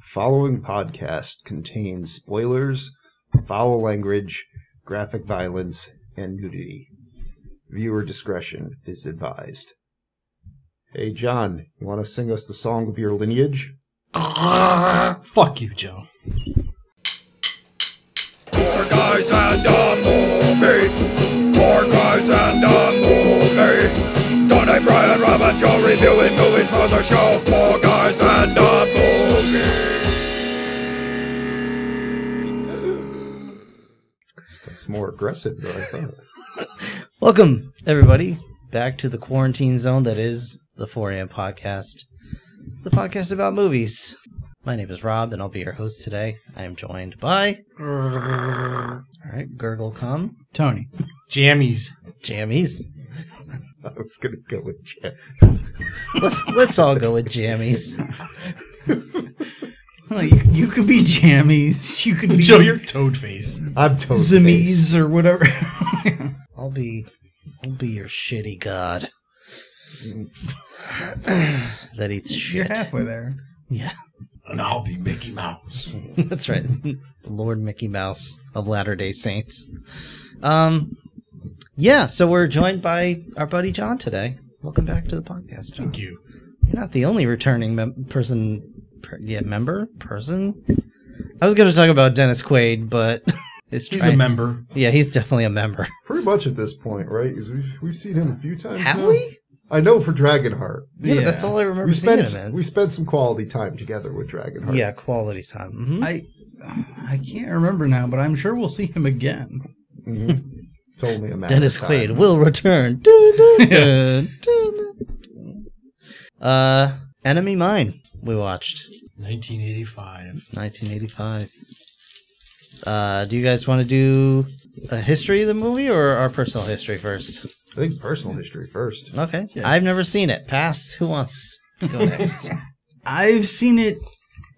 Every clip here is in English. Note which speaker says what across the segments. Speaker 1: following podcast contains spoilers, foul language, graphic violence, and nudity. Viewer discretion is advised. Hey, John, you want to sing us the song of your lineage?
Speaker 2: Fuck you, Joe.
Speaker 3: Four guys and a movie. Four guys and a movie. Donnie, Brian, Robert, Joe reviewing movies for the show. Four guys and a movie.
Speaker 1: That's more aggressive than I thought.
Speaker 2: Welcome, everybody, back to the quarantine zone that is the 4 a.m. podcast, the podcast about movies. My name is Rob, and I'll be your host today. I am joined by. All right, Gurgle Come,
Speaker 4: Tony. Jammies.
Speaker 2: Jammies.
Speaker 1: I was going to go with Jeff.
Speaker 2: Let's, let's all go with Jammies.
Speaker 4: you, you could be jammies. You could be
Speaker 5: Joe, your toad face.
Speaker 1: I'm totally.
Speaker 4: zimmies or whatever.
Speaker 2: I'll be. I'll be your shitty god that eats
Speaker 4: You're
Speaker 2: shit.
Speaker 4: halfway there.
Speaker 2: Yeah,
Speaker 5: And I'll be Mickey Mouse.
Speaker 2: that's right. Lord Mickey Mouse of Latter Day Saints. Um, yeah. So we're joined by our buddy John today. Welcome back to the podcast, John.
Speaker 5: Thank you.
Speaker 2: You're not the only returning mem- person. Per- yeah, member person. I was going to talk about Dennis Quaid, but it's
Speaker 5: He's
Speaker 2: trying-
Speaker 5: a member.
Speaker 2: Yeah, he's definitely a member.
Speaker 1: Pretty much at this point, right? 'Cause we've, we've seen him a few times.
Speaker 2: Have
Speaker 1: now.
Speaker 2: we?
Speaker 1: I know for Dragonheart.
Speaker 2: Yeah, but that's all I remember
Speaker 1: We
Speaker 2: seeing
Speaker 1: spent
Speaker 2: him in.
Speaker 1: we spent some quality time together with Dragonheart.
Speaker 2: yeah, quality time. Mhm.
Speaker 4: I I can't remember now, but I'm sure we'll see him again.
Speaker 1: Mhm. it's only a matter
Speaker 2: Dennis
Speaker 1: of time.
Speaker 2: Quaid will return. Dun, dun, dun, dun, dun. Uh, Enemy Mine. We watched
Speaker 5: 1985.
Speaker 2: 1985. Uh, do you guys want to do a history of the movie or our personal history first?
Speaker 1: I think personal history first.
Speaker 2: Okay, I've never seen it. Pass. Who wants to go next?
Speaker 4: I've seen it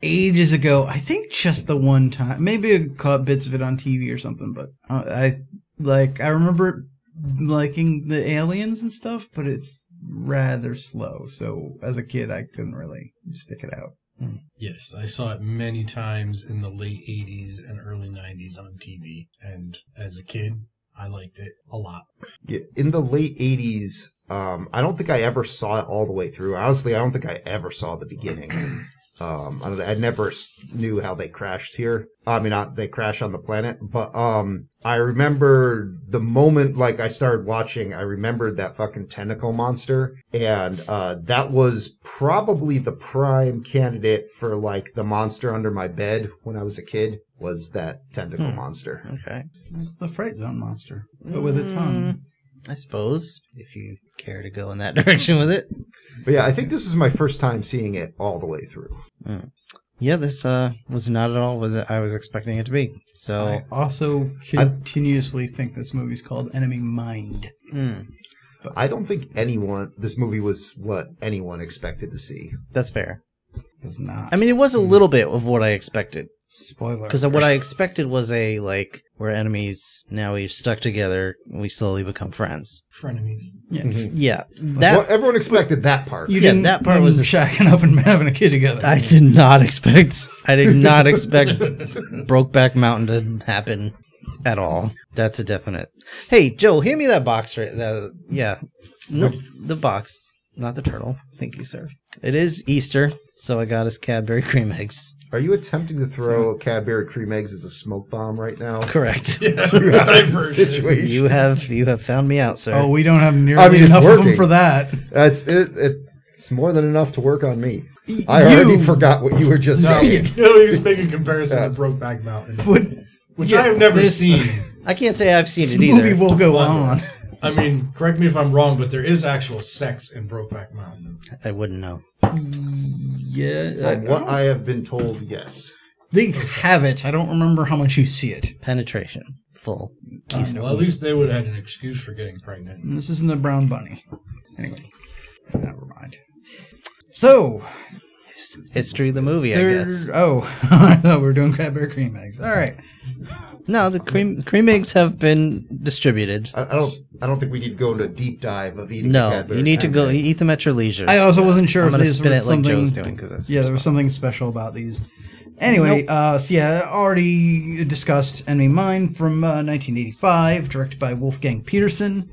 Speaker 4: ages ago. I think just the one time. Maybe I caught bits of it on TV or something, but uh, I like I remember liking the aliens and stuff, but it's rather slow. So as a kid, I couldn't really stick it out.
Speaker 5: Yes, I saw it many times in the late 80s and early 90s on TV. And as a kid, I liked it a lot.
Speaker 1: Yeah, in the late '80s, um, I don't think I ever saw it all the way through. Honestly, I don't think I ever saw the beginning. Um, I, don't, I never s- knew how they crashed here. I mean, not they crash on the planet, but um, I remember the moment like I started watching. I remembered that fucking tentacle monster, and uh, that was probably the prime candidate for like the monster under my bed when I was a kid. Was that
Speaker 2: Hmm.
Speaker 1: tentacle monster?
Speaker 2: okay,
Speaker 4: It was the Fright Zone monster, but with a tongue.
Speaker 2: I suppose if you care to go in that direction with it.
Speaker 1: But yeah, I think this is my first time seeing it all the way through.
Speaker 2: Yeah, this uh was not at all what I was expecting it to be. So
Speaker 4: I also continuously think this movie's called Enemy Mind.
Speaker 2: mm,
Speaker 1: I don't think anyone this movie was what anyone expected to see.
Speaker 2: that's fair.
Speaker 4: It's not.
Speaker 2: I mean, it was a little bit of what I expected.
Speaker 4: spoiler.
Speaker 2: Because what I expected was a like we're enemies now we've stuck together we slowly become friends.
Speaker 5: Frenemies.
Speaker 4: yeah.
Speaker 2: Yeah, that
Speaker 1: well, everyone expected that part.
Speaker 4: You
Speaker 2: Yeah,
Speaker 4: didn't,
Speaker 2: that part was a s-
Speaker 4: shacking up and having a kid together.
Speaker 2: I did not expect. I did not expect Brokeback Mountain to happen at all. That's a definite. Hey Joe, hand me that box right. That, yeah, no, the box, not the turtle. Thank you, sir. It is Easter, so I got us Cadbury cream eggs.
Speaker 1: Are you attempting to throw Cadbury cream eggs as a smoke bomb right now?
Speaker 2: Correct.
Speaker 5: Diversion.
Speaker 1: Situation.
Speaker 2: You have you have found me out, sir.
Speaker 4: oh, we don't have nearly
Speaker 1: I mean, it's
Speaker 4: enough of
Speaker 1: working.
Speaker 4: them for that.
Speaker 1: That's it, it. It's more than enough to work on me.
Speaker 4: Y-
Speaker 1: I already
Speaker 4: you-
Speaker 1: forgot what you were just
Speaker 5: No,
Speaker 1: saying.
Speaker 5: no, he was making a comparison to Brokeback Mountain,
Speaker 4: But
Speaker 5: which I have never seen.
Speaker 2: I can't say I've seen
Speaker 4: this
Speaker 2: it either.
Speaker 4: movie will go
Speaker 5: But-
Speaker 4: on.
Speaker 5: I mean, correct me if I'm wrong, but there is actual sex in Brokeback Mountain.
Speaker 2: I wouldn't know.
Speaker 4: Yeah, I-
Speaker 1: From what I have been told, yes.
Speaker 4: they have it. I don't remember how much you see it.
Speaker 2: Penetration, full.
Speaker 5: Uh, well, at least they would have had an excuse for getting pregnant.
Speaker 4: And This isn't a brown bunny. Anyway, never mind. So,
Speaker 2: history of the movie, I
Speaker 4: There-
Speaker 2: guess.
Speaker 4: Oh, I thought we were doing cranberry cream eggs. All right.
Speaker 2: No, the cream cream eggs have been distributed.
Speaker 1: I, I don't. I don't think we need to go into a deep dive of eating.
Speaker 2: No,
Speaker 1: Cadbury
Speaker 2: you need to
Speaker 1: cream
Speaker 2: go
Speaker 1: egg.
Speaker 2: eat them at your leisure.
Speaker 4: I also wasn't sure
Speaker 2: I'm
Speaker 4: if
Speaker 2: gonna
Speaker 4: these
Speaker 2: spin
Speaker 4: were
Speaker 2: it like
Speaker 4: something-
Speaker 2: Joe's doing 'cause that's
Speaker 4: yeah, there was something special about these. Anyway, uh, so yeah, already discussed Enemy Mine from uh, 1985, directed by Wolfgang Peterson.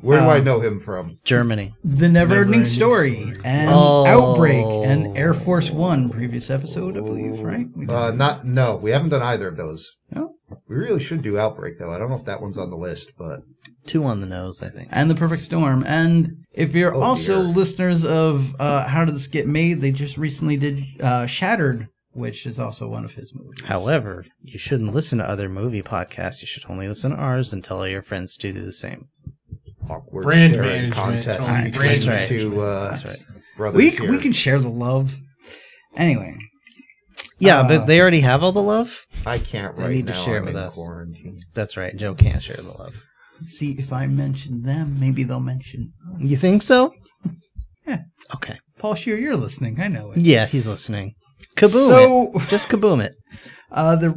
Speaker 1: Where do I
Speaker 2: um,
Speaker 1: know him from?
Speaker 2: Germany.
Speaker 4: The Never Ending
Speaker 5: Never-Ending
Speaker 4: Story,
Speaker 5: Story.
Speaker 4: and
Speaker 2: Oh.
Speaker 4: Outbreak and Air Force One. Previous episode, I believe, right? We oh. did-
Speaker 1: Uh, not. No, we haven't done either of those.
Speaker 4: No?
Speaker 1: We really should do outbreak though. I don't know if that one's on the list, but
Speaker 2: Two on the nose, I think.
Speaker 4: and the perfect storm and if you're
Speaker 1: Oh,
Speaker 4: also
Speaker 1: dear.
Speaker 4: listeners of uh, how did this get made they just recently did uh, shattered which is also one of his movies
Speaker 2: However, you shouldn't listen to other movie podcasts. You should only listen to ours and tell all your friends to do the same.
Speaker 1: awkward
Speaker 5: Brand
Speaker 1: staring
Speaker 5: management,
Speaker 1: contest
Speaker 5: Tony.
Speaker 1: between
Speaker 2: That's
Speaker 1: the
Speaker 2: right.
Speaker 1: two uh,
Speaker 2: That's right.
Speaker 1: brothers.
Speaker 4: we,
Speaker 1: here.
Speaker 4: we can share the love anyway
Speaker 2: Yeah,
Speaker 4: Uh,
Speaker 2: but they already have all the love.
Speaker 1: I can't
Speaker 2: They
Speaker 1: right
Speaker 2: need to
Speaker 1: now.
Speaker 2: share
Speaker 1: I'm
Speaker 2: with
Speaker 1: in
Speaker 2: us.
Speaker 1: Quarantine.
Speaker 2: That's right. Joe can't share the love.
Speaker 4: see if i mention them maybe they'll mention
Speaker 2: You think so?
Speaker 4: Yeah.
Speaker 2: Okay.
Speaker 4: paul shear you're listening i know it
Speaker 2: Yeah, he's listening. Kaboom
Speaker 4: so
Speaker 2: it. Just kaboom it.
Speaker 4: Uh, the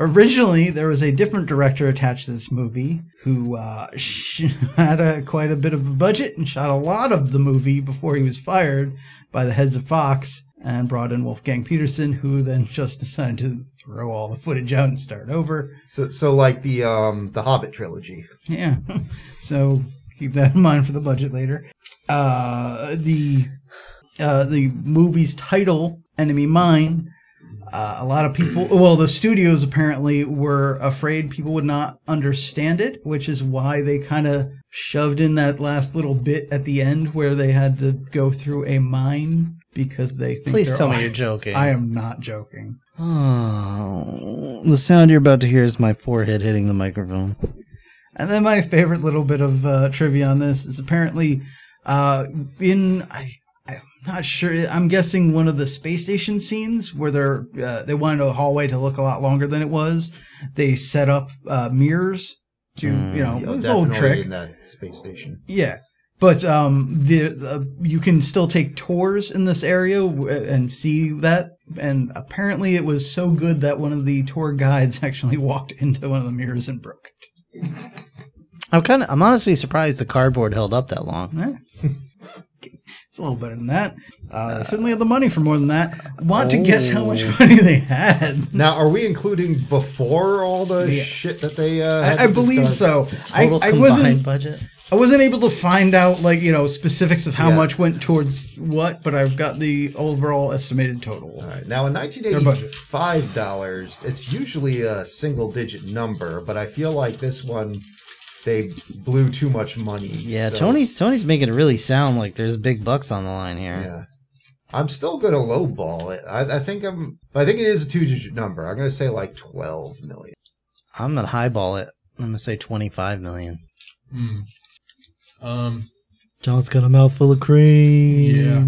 Speaker 4: originally there was a different director attached to this movie who uh, sh- had a, quite a bit of a budget and shot a lot of the movie before he was fired by the heads of Fox and brought in Wolfgang Peterson, who then just decided to throw all the footage out and start over.
Speaker 1: So, so like the um the Hobbit trilogy.
Speaker 4: Yeah, so keep that in mind for the budget later. Uh, the uh, the movie's title, Enemy Mine, uh, a lot of people, well, the studios apparently were afraid people would not understand it, which is why they kind of shoved in that last little bit at the end where they had to go through a mine because they think
Speaker 2: Please
Speaker 4: they're
Speaker 2: tell
Speaker 4: au-
Speaker 2: me you're joking.
Speaker 4: I am not joking.
Speaker 2: Oh, the sound you're about to hear is my forehead hitting the microphone.
Speaker 4: And then my favorite little bit of uh, trivia on this is apparently uh, in I, I'm not sure. I'm guessing one of the space station scenes where they're uh, they wanted the hallway to look a lot longer than it was. They set up uh, mirrors to you know
Speaker 1: Hmm, Yeah,
Speaker 4: Oh, this old
Speaker 1: definitely
Speaker 4: trick.
Speaker 1: in that space station.
Speaker 4: Yeah. But um, the, the you can still take tours in this area w- and see that. And apparently, it was so good that one of the tour guides actually walked into one of the mirrors and broke it.
Speaker 2: I'm kind of, I'm honestly surprised the cardboard held up that long.
Speaker 4: Yeah. It's a little better than that. Uh, they certainly had the money for more than that. Want to guess how much
Speaker 2: Oh.
Speaker 4: money they had?
Speaker 1: Now, are we including before all the
Speaker 4: Yeah.
Speaker 1: shit that they? Uh, had
Speaker 4: I, I
Speaker 1: to
Speaker 4: believe
Speaker 1: discuss?
Speaker 4: so. I,
Speaker 2: Total
Speaker 4: I
Speaker 2: combined
Speaker 4: wasn't.
Speaker 2: budget.
Speaker 4: I wasn't able to find out like you know specifics of how
Speaker 1: Yeah.
Speaker 4: much went towards what, but I've got the overall estimated total.
Speaker 1: All right. Now, in
Speaker 4: budget.
Speaker 1: 1985 dollars, it's usually a single-digit number, but I feel like this one they blew too much money.
Speaker 2: Yeah,
Speaker 1: so-
Speaker 2: Tony's Tony's making it really sound like there's big bucks on the line here.
Speaker 1: Yeah, I'm still gonna lowball it. I, I think I'm. I think it is a two-digit number. I'm gonna say like 12 million.
Speaker 2: I'm gonna highball it. I'm gonna say 25 million.
Speaker 5: Hmm. Um,
Speaker 2: John's got a mouthful of cream. Yeah.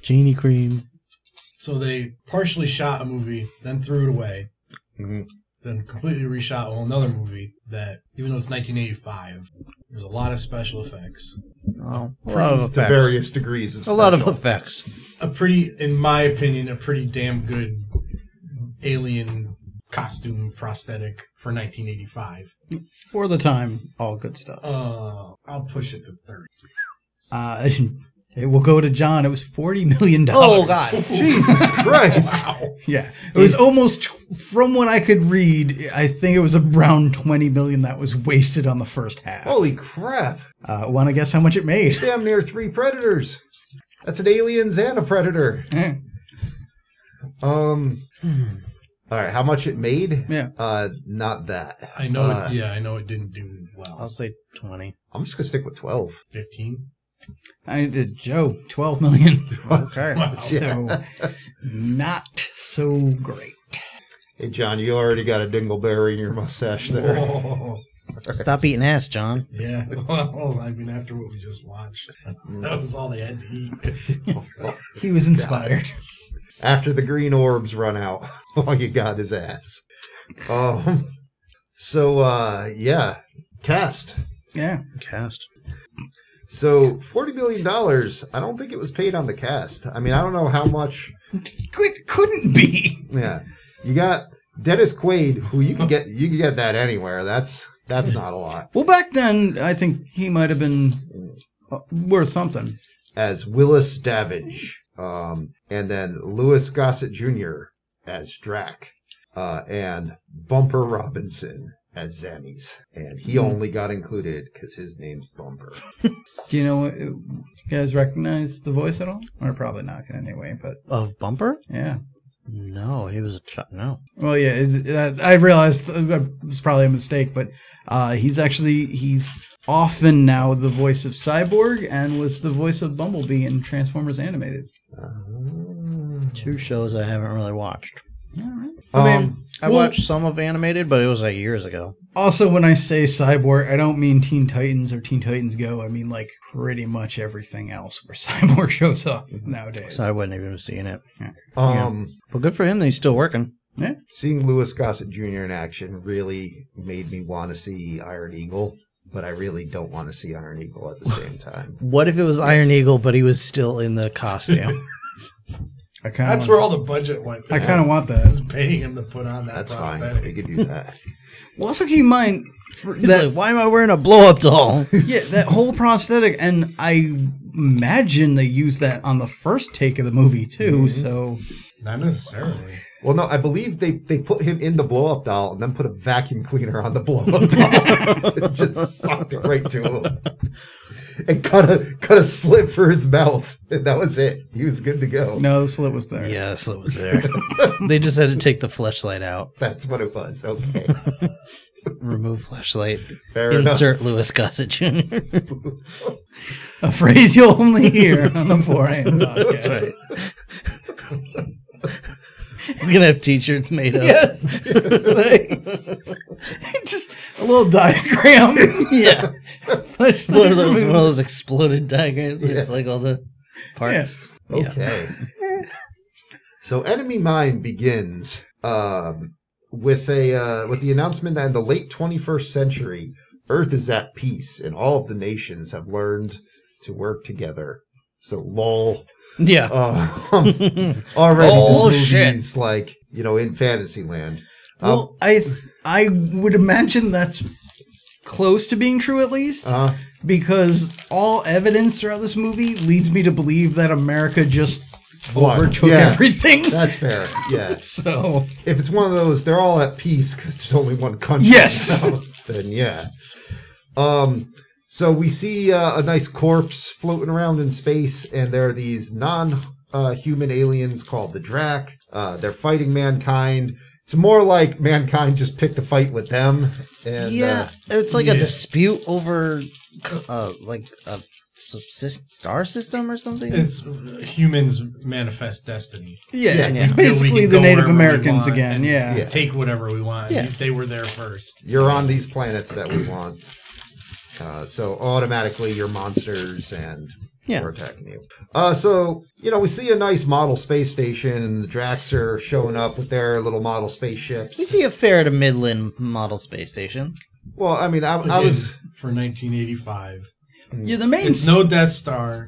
Speaker 2: Genie cream.
Speaker 5: so they partially shot a movie, then threw it away, then completely reshot a whole another movie that, even though it's 1985, there's a lot of special effects.
Speaker 2: Oh, a lot of
Speaker 1: The
Speaker 2: effects.
Speaker 1: various degrees of
Speaker 2: a lot of
Speaker 1: special.
Speaker 2: effects.
Speaker 5: A pretty, in my opinion, a pretty damn good alien costume prosthetic for 1985.
Speaker 4: For the time, all good stuff.
Speaker 5: Uh, I'll push it to 30.
Speaker 4: Uh, it will go to John. It was forty million dollars.
Speaker 2: Oh God.
Speaker 1: Jesus Christ!
Speaker 4: Yeah, it was almost from what I could read. I think it was around twenty million that was wasted on the first half.
Speaker 1: Holy crap!
Speaker 4: Uh, Want to guess how much it made?
Speaker 1: Damn near three predators. That's an aliens and a predator.
Speaker 4: Eh,
Speaker 1: Um.
Speaker 2: Hmm.
Speaker 1: All right, how much it made?
Speaker 4: Yeah.
Speaker 1: Uh, not that.
Speaker 5: I know
Speaker 1: Uh,
Speaker 5: it, yeah, I know it didn't do well.
Speaker 2: I'll say 20.
Speaker 1: I'm just gonna stick with twelve.
Speaker 5: 15?
Speaker 4: I did Joe twelve million. Okay,
Speaker 5: Wow.
Speaker 4: so not so great.
Speaker 1: Hey, John, you already got a dingleberry in your mustache there.
Speaker 5: Oh,
Speaker 2: Stop eating ass, John.
Speaker 5: yeah. Well, I mean, after what we just watched, that was all they had to eat.
Speaker 4: He was inspired.
Speaker 1: After the green orbs run out, all you got is ass. Um. So, uh, yeah, cast.
Speaker 4: Yeah,
Speaker 2: Cast.
Speaker 1: So forty million dollars. I don't think it was paid on the cast. I mean, I don't know how much.
Speaker 4: It couldn't be.
Speaker 1: Yeah, you got Dennis Quaid, who you can get. You can get that anywhere. That's that's not a lot.
Speaker 4: Well, back then, I think he might have been uh, worth something.
Speaker 1: As Willis Davidge, um, and then Lewis Gossett Jr. as Drac, uh, and Bumper Robinson as Zannies. And he only got included because his name's Bumper.
Speaker 4: Do you know? uh, You guys recognize the voice at all? Or probably not anyway. But
Speaker 2: Of Bumper?
Speaker 4: yeah.
Speaker 2: No, he was a child. No.
Speaker 4: Well, yeah. It, uh, I realized uh, it was probably a mistake, but uh, he's actually he's often now the voice of Cyborg and was the voice of Bumblebee in Transformers Animated.
Speaker 2: Two shows I haven't really watched.
Speaker 4: All right. I mean,
Speaker 1: Um,
Speaker 2: I
Speaker 4: Well-
Speaker 2: watched some of animated, but it was like years ago.
Speaker 4: Also, when I say cyborg, I don't mean Teen Titans or Teen Titans Go. I mean like pretty much everything else where cyborg shows up nowadays.
Speaker 2: So I wouldn't even have seen it.
Speaker 1: um,
Speaker 2: But good for him that he's still working.
Speaker 4: yeah.
Speaker 1: Seeing Lewis Gossett Jr. in action really made me want to see Iron Eagle, but I really don't want to see Iron Eagle at the same time.
Speaker 2: What if it was Iron Eagle, but he was still in the costume?
Speaker 4: I kind
Speaker 5: That's where all the budget went.
Speaker 4: I kind of want that.
Speaker 5: paying him to put on that
Speaker 1: That's fine. We
Speaker 5: prosthetic.
Speaker 1: could do that.
Speaker 4: Well, also keep in mind for
Speaker 2: He's
Speaker 4: that
Speaker 2: like, why am I wearing a blow up doll?
Speaker 4: yeah that whole prosthetic, and I imagine they used that on the first take of the movie too. So
Speaker 5: Not necessarily.
Speaker 1: Well, no, I believe they, they put him in the blow up doll and then put a vacuum cleaner on the blow up doll. It just sucked it right to him. And cut a cut a slit for his mouth, and that was it. He was good to go.
Speaker 4: no, the slit was there.
Speaker 2: yes, it was there. they just had to take the flashlight out,
Speaker 1: That's what it was. Okay,
Speaker 2: remove flashlight,
Speaker 1: fair enough.
Speaker 2: insert Lewis Gossett Jr.
Speaker 4: A phrase you'll only hear on the 4 a.m. podcast.
Speaker 2: That's right. We're gonna have T-shirts made up.
Speaker 4: Yes. Say. Just a little diagram.
Speaker 2: Yeah.
Speaker 4: Flashlight
Speaker 2: One of those,
Speaker 4: removal.
Speaker 2: one of those exploded diagrams. where It's
Speaker 1: Yeah.
Speaker 2: like all the parts. Yeah.
Speaker 1: Okay. so Enemy Mine begins um, with a uh, with the announcement that in the late 21st century, Earth is at peace and all of the nations have learned to work together. So lol.
Speaker 2: Yeah.
Speaker 1: Uh, already
Speaker 2: Oh,
Speaker 1: this movie
Speaker 2: shit.
Speaker 1: is like, you know, in Fantasyland. Um,
Speaker 4: Well, I th- I would imagine that's close to being true at least
Speaker 1: uh,
Speaker 4: because all evidence throughout this movie leads me to believe that America just
Speaker 1: Won.
Speaker 4: overtook
Speaker 1: Yeah.
Speaker 4: everything.
Speaker 1: that's fair. Yeah.
Speaker 4: So
Speaker 1: if it's one of those, they're all at peace because there's only one country.
Speaker 4: Yes.
Speaker 1: So, then yeah. Um. So we see uh, a nice corpse floating around in space, and there are these non-human aliens called the Drac. Uh, they're fighting mankind. It's more like mankind just picked a fight with them. And,
Speaker 2: yeah.
Speaker 1: uh,
Speaker 2: It's like a
Speaker 5: yeah.
Speaker 2: dispute over, uh, like a subsist- star system or something.
Speaker 5: It's uh, humans manifest destiny.
Speaker 4: yeah,
Speaker 1: Yeah, yeah.
Speaker 4: it's basically
Speaker 5: You know, we can
Speaker 4: the
Speaker 5: go
Speaker 4: Native
Speaker 5: wherever we
Speaker 4: Americans
Speaker 5: want
Speaker 4: again.
Speaker 5: and
Speaker 4: Yeah.
Speaker 1: Yeah.
Speaker 5: Take whatever we want.
Speaker 2: Yeah.
Speaker 5: They were there first.
Speaker 1: you're on these planets that we want. Uh, so automatically, your monsters and
Speaker 2: Yeah.
Speaker 1: are attacking you. Uh, so you know, we see a nice model space station, and the Drax are showing up with their little model spaceships.
Speaker 2: We see a fair to Midland model space station.
Speaker 1: well, I mean, I, I was
Speaker 5: Again, for 1985.
Speaker 4: Yeah, the main
Speaker 5: It's no Death Star,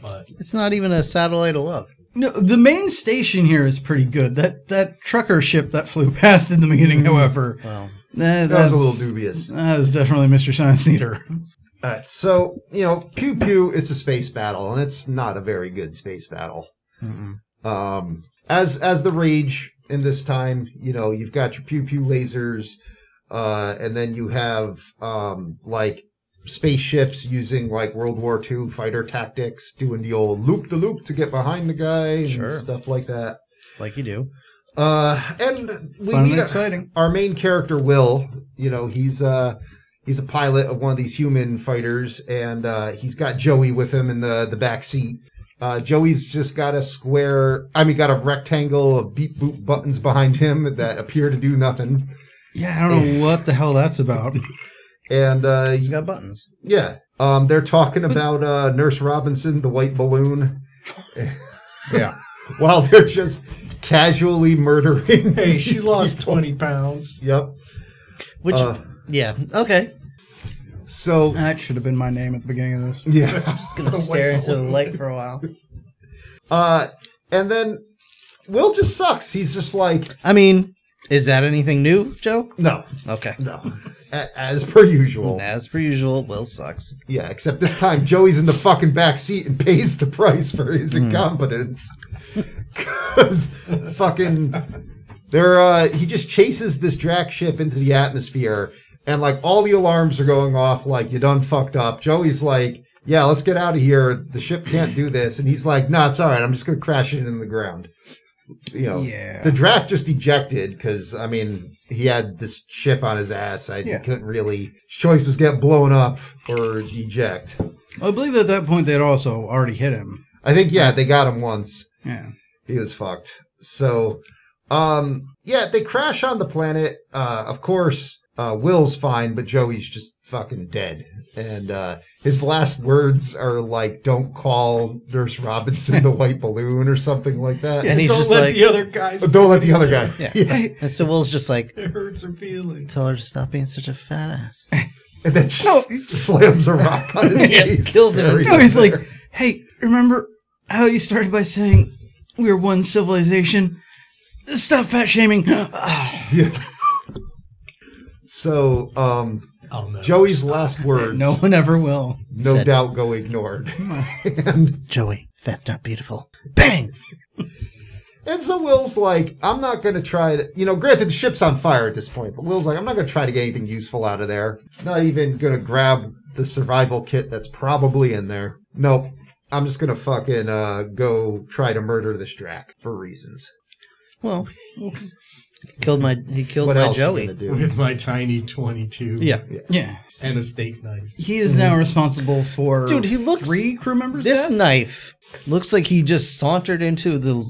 Speaker 5: but
Speaker 2: It's not even a satellite of love.
Speaker 4: No, the main station here is pretty good. That that trucker ship that flew past in the beginning, however,
Speaker 2: Well,
Speaker 4: that,
Speaker 1: that was a little dubious.
Speaker 4: That was definitely Mr. Science Theater.
Speaker 1: All right, so you know, pew pew, it's a space battle, and it's not a very good space battle. Um, as as the rage in this time, you know, you've got your pew pew lasers, uh, and then you have um, like spaceships using like World War II fighter tactics, doing the old loop the loop to get behind the guy and
Speaker 2: Sure.
Speaker 1: stuff like that.
Speaker 2: like you do.
Speaker 1: Uh, and we
Speaker 4: Fun
Speaker 1: meet
Speaker 4: and
Speaker 1: a-
Speaker 4: exciting.
Speaker 1: our main character will you know he's uh he's a pilot of one of these human fighters and uh he's got joey with him in the the back seat uh joey's just got a square i mean got a rectangle of beep boop buttons behind him that appear to do nothing
Speaker 4: Yeah, I don't know what the hell that's about.
Speaker 1: and uh
Speaker 2: He's got buttons.
Speaker 1: yeah um they're talking about uh nurse robinson the white balloon
Speaker 4: Yeah.
Speaker 1: while they're just casually murdering
Speaker 5: hey, she's
Speaker 1: these
Speaker 5: lost
Speaker 1: people.
Speaker 5: 20 pounds.
Speaker 1: yep
Speaker 2: Which,
Speaker 1: Uh.
Speaker 2: yeah, okay.
Speaker 1: So
Speaker 4: That should have been my name at the beginning of this.
Speaker 1: yeah,
Speaker 2: Just gonna stare into the light for a while.
Speaker 1: uh, and then Will just sucks. He's just like
Speaker 2: I mean, is that anything new, Joe?
Speaker 1: no,
Speaker 2: Okay.
Speaker 1: no, A- as per usual.
Speaker 2: As per usual, Will sucks.
Speaker 1: Yeah, except this time Joey's in the fucking back seat and pays the price for his incompetence. Cause fucking they're uh he just chases this drag ship into the atmosphere and like all the alarms are going off, like you done fucked up. Joey's like, Yeah, let's get out of here. The ship can't do this and he's like, No, it's alright, I'm just gonna crash it into the ground. You know.
Speaker 4: Yeah.
Speaker 1: The draft just ejected because I mean he had this chip on his ass. I
Speaker 4: Yeah.
Speaker 1: couldn't really. His choice was get blown up or eject.
Speaker 4: I believe at that point they'd also already hit him.
Speaker 1: I think yeah, they got him once.
Speaker 4: Yeah.
Speaker 1: He was fucked. So, um, yeah, they crash on the planet. Uh, of course, uh, Will's fine, but Joey's just fucking dead. And uh, his last words are like, "Don't call Nurse Robinson the White Balloon" or something like that.
Speaker 2: And he's
Speaker 5: Don't
Speaker 2: just
Speaker 5: let
Speaker 2: like,
Speaker 5: the other guys.
Speaker 1: Don't let the other guy.
Speaker 2: Yeah.
Speaker 1: yeah.
Speaker 2: and so Will's just like,
Speaker 5: It hurts her feelings.
Speaker 2: tell her to stop being such a fat ass.
Speaker 1: And then just slams a rock on his
Speaker 2: Yeah,
Speaker 1: face.
Speaker 2: kills him.
Speaker 1: Very
Speaker 4: No, he's like,
Speaker 1: unfair.
Speaker 4: hey, remember how you started by saying we were one civilization? Stop fat shaming. Ah,
Speaker 1: Yeah. So, um,
Speaker 5: Oh no.
Speaker 1: Joey's last words,
Speaker 4: no one ever will.
Speaker 1: no
Speaker 2: said-
Speaker 1: doubt, go ignored. and,
Speaker 2: Joey, fat's not beautiful. Bang!
Speaker 1: and so Will's like, I'm not going to try to, you know, granted the ship's on fire at this point, but Will's like, I'm not going to try to get anything useful out of there. Not even going to grab the survival kit that's probably in there. Nope. I'm just going to fucking uh, go try to murder this Drac for reasons.
Speaker 2: Well, killed my he killed
Speaker 1: What
Speaker 2: my
Speaker 1: else Joey. you
Speaker 2: Joey.
Speaker 1: going to do?
Speaker 5: With my tiny 22.
Speaker 2: Yeah.
Speaker 4: Yeah.
Speaker 5: And a steak knife.
Speaker 4: He is now responsible for
Speaker 2: Mm-hmm. Dude, he looks-
Speaker 4: three crew members.
Speaker 2: This
Speaker 4: dead?
Speaker 2: knife looks like he just sauntered into the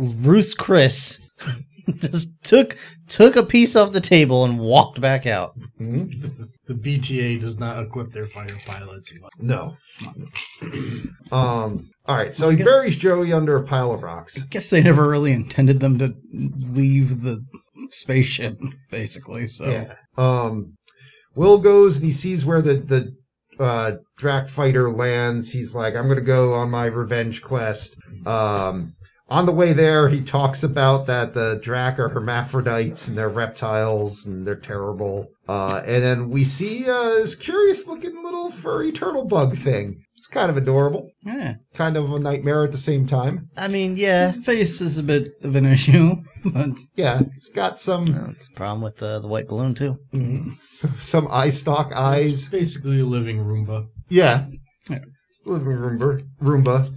Speaker 2: L- Ruth Chris, just took took a piece off the table and walked back out.
Speaker 5: The BTA does not equip their fighter pilots.
Speaker 1: No. Um. All right. So he
Speaker 4: guess-
Speaker 1: buries Joey under a pile of rocks.
Speaker 4: guess they never really intended them to leave the spaceship, basically. So
Speaker 1: Yeah. Oh. Um. Will goes and he sees where the the uh, Drac fighter lands. He's like, I'm gonna go on my revenge quest. Um. On the way there, he talks about that the Drac are hermaphrodites and they're reptiles and they're terrible. Uh, and then we see uh, this curious looking little furry turtle bug thing. It's kind of adorable,
Speaker 4: yeah.
Speaker 1: kind of a nightmare at the same time.
Speaker 2: I mean, yeah,
Speaker 4: Face is a bit of an issue, but
Speaker 1: Yeah, it's got some
Speaker 2: Well, that's the problem with uh, the white balloon too.
Speaker 1: So, some eye stock
Speaker 5: It's
Speaker 1: eyes.
Speaker 5: basically a living Roomba.
Speaker 1: Yeah.
Speaker 4: Yeah.
Speaker 1: Living Roomba. Roomba.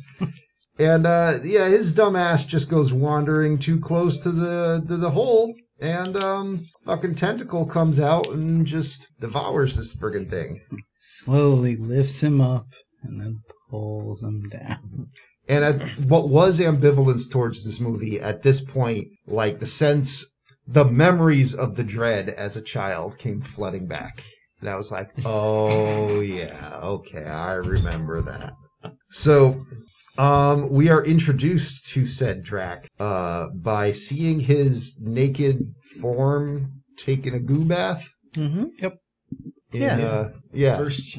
Speaker 1: and uh, yeah, his dumb ass just goes wandering too close to the to the hole, and um, fucking tentacle comes out and just devours this friggin' thing.
Speaker 4: slowly lifts him up and then pulls him down.
Speaker 1: And I, what was ambivalence towards this movie at this point, like the sense, the memories of the dread as a child came flooding back. And I was like, oh, yeah, okay, I remember that. So um, we are introduced to said Drac uh, by seeing his naked form taking a goo bath.
Speaker 2: Mm-hmm.
Speaker 1: In,
Speaker 2: Yeah.
Speaker 1: Uh, yeah.
Speaker 5: First,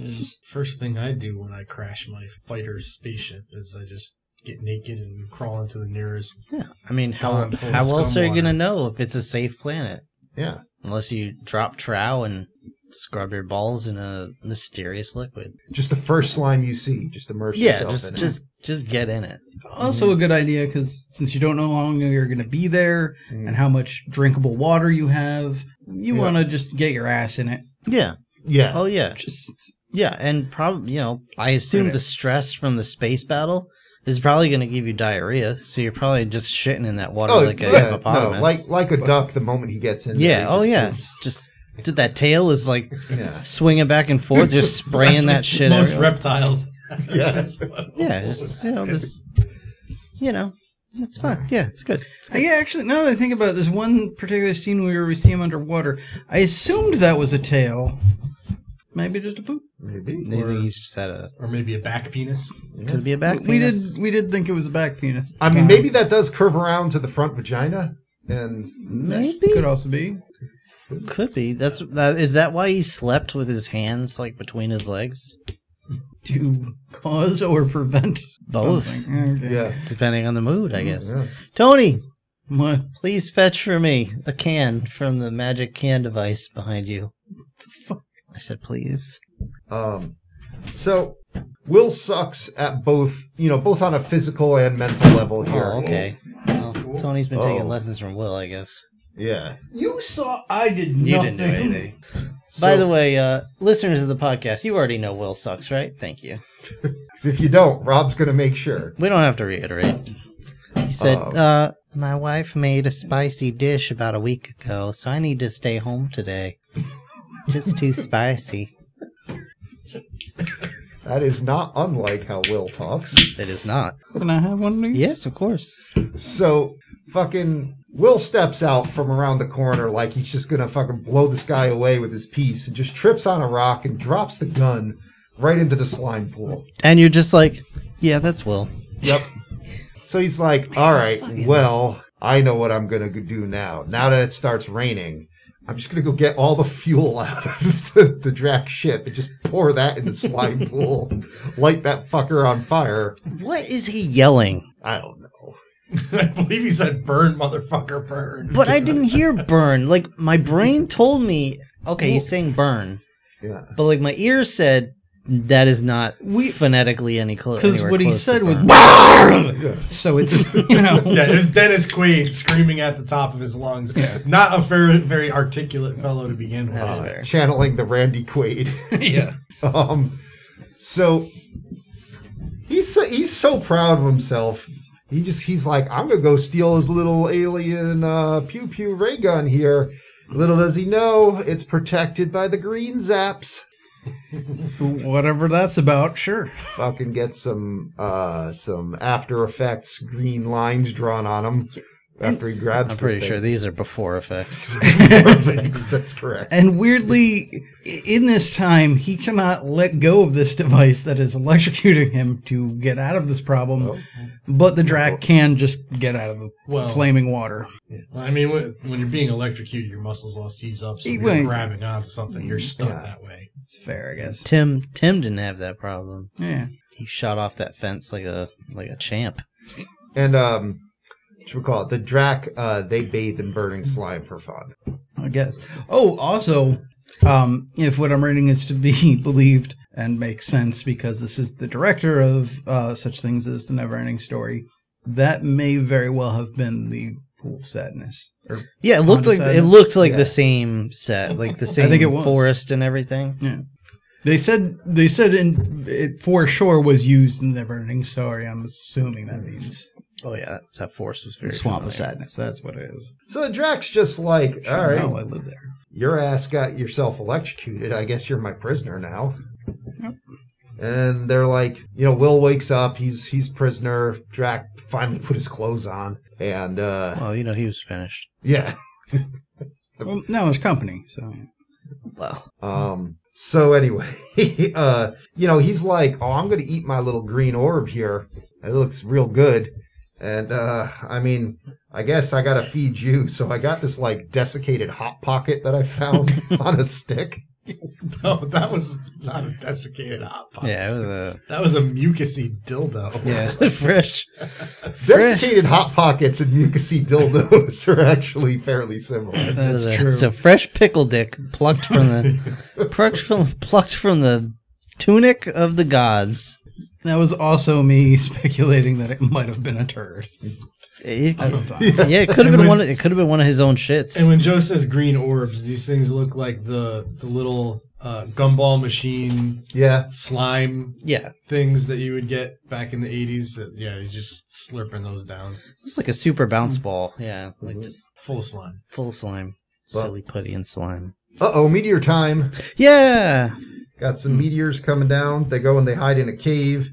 Speaker 5: first thing I do when I crash my fighter spaceship is I just get naked and crawl into the nearest.
Speaker 2: Yeah, I mean, how
Speaker 5: Gone full
Speaker 2: how else are you
Speaker 5: scumwater.
Speaker 2: gonna know if it's a safe planet
Speaker 1: Yeah.
Speaker 2: unless you drop trow and scrub your balls in a mysterious liquid?
Speaker 1: Just the first slime you see, just immerse
Speaker 2: Yeah,
Speaker 1: yourself
Speaker 2: just
Speaker 1: in
Speaker 2: just just get in it. Mm-hmm.
Speaker 4: Also, a good idea because since you don't know how long you're going to be there
Speaker 1: it. Mm.
Speaker 4: and how much drinkable water you have, you
Speaker 1: Yeah.
Speaker 4: want to just get your ass in it.
Speaker 2: Yeah.
Speaker 1: Yeah.
Speaker 2: Oh yeah.
Speaker 4: Just
Speaker 2: Yeah, and probably you know, I assume
Speaker 4: Right.
Speaker 2: the stress from the space battle is probably going to give you diarrhea, so you're probably just shitting in that water like a
Speaker 1: Oh, yeah,
Speaker 2: hippopotamus.
Speaker 1: no, like like a duck. The moment he gets in,
Speaker 2: yeah,
Speaker 1: there,
Speaker 2: oh
Speaker 1: he
Speaker 2: yeah,
Speaker 1: just
Speaker 2: just did that tail is like
Speaker 1: poops.
Speaker 2: swinging back and forth, just spraying that shit.
Speaker 5: Most
Speaker 2: everywhere.
Speaker 5: reptiles.
Speaker 1: Yeah.
Speaker 5: That's what-
Speaker 2: yeah, it's, you know this, you know, it's fine. Yeah, it's good. It's
Speaker 4: Uh,
Speaker 2: good.
Speaker 4: Yeah, actually, now that I think about it, there's one particular scene where we see him underwater. I assumed that was a tail. Maybe just a poop.
Speaker 1: maybe.
Speaker 2: They think he's just had a
Speaker 5: Or maybe a back penis.
Speaker 2: could be a back.
Speaker 4: We
Speaker 2: penis.
Speaker 4: did we did think it was a back penis.
Speaker 1: I mean, maybe that does curve around to the front vagina. and
Speaker 2: Maybe
Speaker 4: Could also be.
Speaker 2: could be. That's that, is that why he slept with his hands like between his legs,
Speaker 4: To cause or prevent
Speaker 2: Both.
Speaker 4: something. Okay.
Speaker 1: yeah,
Speaker 2: depending on the mood, I guess.
Speaker 1: yeah.
Speaker 2: Tony,
Speaker 4: What?
Speaker 2: please fetch for me a can from the magic can device behind you. I said, please.
Speaker 1: Um, so Will sucks at both, you know, both on a physical and mental level here.
Speaker 2: Oh, okay. Well, Tony's been taking
Speaker 1: Oh.
Speaker 2: lessons from Will, I guess.
Speaker 1: Yeah.
Speaker 4: You saw. I did
Speaker 2: You didn't
Speaker 4: nothing.
Speaker 2: do anything.
Speaker 1: So,
Speaker 2: By the way, uh, listeners of the podcast, you already know Will sucks, right? Thank you.
Speaker 1: 'cause if you don't, Rob's gonna make sure.
Speaker 2: We don't have to reiterate. He said,
Speaker 1: Um,
Speaker 2: uh, My wife made a spicy dish about a week ago, so I need to stay home today. Just too spicy.
Speaker 1: That is not unlike how Will talks.
Speaker 2: It is not.
Speaker 4: Can I have one? Please?
Speaker 2: Yes, of course.
Speaker 1: So fucking Will steps out from around the corner like he's just gonna fucking blow this guy away with his piece and just trips on a rock and drops the gun right into the slime pool.
Speaker 2: And you're just like, Yeah, that's Will.
Speaker 1: Yep. So he's like, all right, well, I know what I'm going to do now. Now that it starts raining, I'm just going to go get all the fuel out of the, the drag ship and just pour that in the slime pool, light that fucker on fire.
Speaker 2: What is he yelling?
Speaker 1: I don't know.
Speaker 5: I believe he said, "Burn, motherfucker, burn."
Speaker 2: But I didn't hear burn. Like, my brain told me, okay, he's saying burn.
Speaker 1: Yeah.
Speaker 2: But, like, my ear said, that is not phonetically any clo-
Speaker 4: Because
Speaker 2: anywhere close.
Speaker 4: what he said
Speaker 2: to
Speaker 4: was.
Speaker 2: burn.
Speaker 4: So it's you know.
Speaker 5: Yeah, it was Dennis Quaid screaming at the top of his lungs. Not a very, very articulate fellow to begin with.
Speaker 2: That's
Speaker 5: Uh,
Speaker 2: fair.
Speaker 1: Channeling the Randy Quaid.
Speaker 4: yeah.
Speaker 1: Um, so he's so, he's so proud of himself. He just he's like, I'm gonna go steal his little alien uh, pew pew ray gun here. Little does he know, it's protected by the green zaps.
Speaker 4: Whatever that's about, sure.
Speaker 1: Fucking get some uh, some After Effects green lines drawn on him after he grabs.
Speaker 2: I'm
Speaker 1: this
Speaker 2: pretty sure
Speaker 1: thing.
Speaker 2: these are before effects.
Speaker 1: Perfect. That's correct.
Speaker 4: And weirdly, i- in this time, he cannot let go of this device that is electrocuting him to get out of this problem. But the Drac can just get out of the
Speaker 5: Well-
Speaker 4: flaming water.
Speaker 5: Well, I mean, when, when you're being electrocuted, your muscles all seize up. So
Speaker 4: He
Speaker 5: if
Speaker 4: went-
Speaker 5: you're grabbing onto something. You're stuck
Speaker 1: Yeah.
Speaker 5: that way.
Speaker 4: It's fair, I guess.
Speaker 2: Tim Tim didn't have that problem.
Speaker 4: Yeah.
Speaker 2: He shot off that fence like a like a champ.
Speaker 1: And um, what should we call it? The Drac. Uh, they bathe in burning slime for fun.
Speaker 4: I guess. Oh, also, um, if what I'm reading is to be believed and makes sense, because this is the director of uh, such things as the Neverending Story, that may very well have been the Pool of Sadness. Or
Speaker 2: Yeah, it looked like it
Speaker 4: Condescending.
Speaker 2: looked like
Speaker 1: Yeah.
Speaker 2: the same set, like the same
Speaker 4: think it was.
Speaker 2: forest and everything.
Speaker 4: they said they said in it for sure was used in the Neverending Story. I'm assuming that means
Speaker 2: Oh yeah, that, that forest was very
Speaker 4: Swamp of
Speaker 2: familiar.
Speaker 4: Sadness. That's what it is.
Speaker 1: So the Drac's just like, all right,
Speaker 4: No, I live there.
Speaker 1: your ass got yourself electrocuted. I guess you're my prisoner now.
Speaker 4: Yep.
Speaker 1: And they're like, you know, Will wakes up. He's he's prisoner. Drac finally put his clothes on, and uh,
Speaker 2: Well, you know he was finished.
Speaker 1: yeah.
Speaker 4: Well, no, it's company. So
Speaker 2: Well,
Speaker 1: Um. So anyway, uh, you know, he's like, oh, I'm gonna eat my little green orb here. It looks real good. And uh, I mean, I guess I gotta feed you. So I got this like desiccated hot pocket that I found on a stick.
Speaker 5: No, that was not a desiccated hot pot.
Speaker 2: yeah, it was a
Speaker 5: That was a mucusy dildo.
Speaker 2: yeah, it was fresh.
Speaker 1: Desiccated hot pockets and mucousy dildos are actually fairly similar.
Speaker 2: That's
Speaker 4: true.
Speaker 2: It's a fresh pickle dick plucked from the plucked from plucked from the tunic of the gods.
Speaker 4: that was also me speculating that it might have been a turd.
Speaker 2: It-
Speaker 4: at the time.
Speaker 2: yeah, it could have
Speaker 5: And
Speaker 2: been
Speaker 5: when-
Speaker 2: one. of- It could have been one of his own shits.
Speaker 5: And when Joe says green orbs, these things look like the the little uh, gumball machine
Speaker 1: Yeah.
Speaker 5: slime
Speaker 2: yeah,
Speaker 5: things that you would get back in the 80s. That, yeah, he's just slurping those down.
Speaker 2: It's like a super bounce ball. Yeah, like just
Speaker 5: Full of slime.
Speaker 2: full slime.
Speaker 1: Well-
Speaker 2: Silly putty and slime.
Speaker 1: Uh oh, meteor time.
Speaker 2: Yeah.
Speaker 1: Got some meteors coming down. They go and they hide in a cave.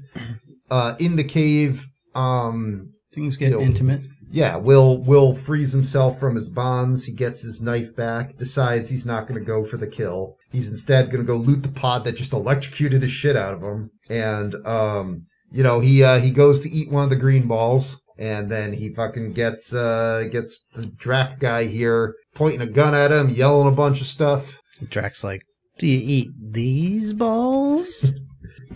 Speaker 1: Uh, in the cave, um,
Speaker 4: Things get
Speaker 1: Yo.
Speaker 4: intimate.
Speaker 1: yeah, Will Will frees himself from his bonds. He gets his knife back. Decides he's not going to go for the kill. He's instead going to go loot the pod that just electrocuted the shit out of him. And um, you know, he uh, he goes to eat one of the green balls. And then he fucking gets uh gets the Drac guy here pointing a gun at him, yelling a bunch of stuff.
Speaker 2: Drax like, do you eat these balls?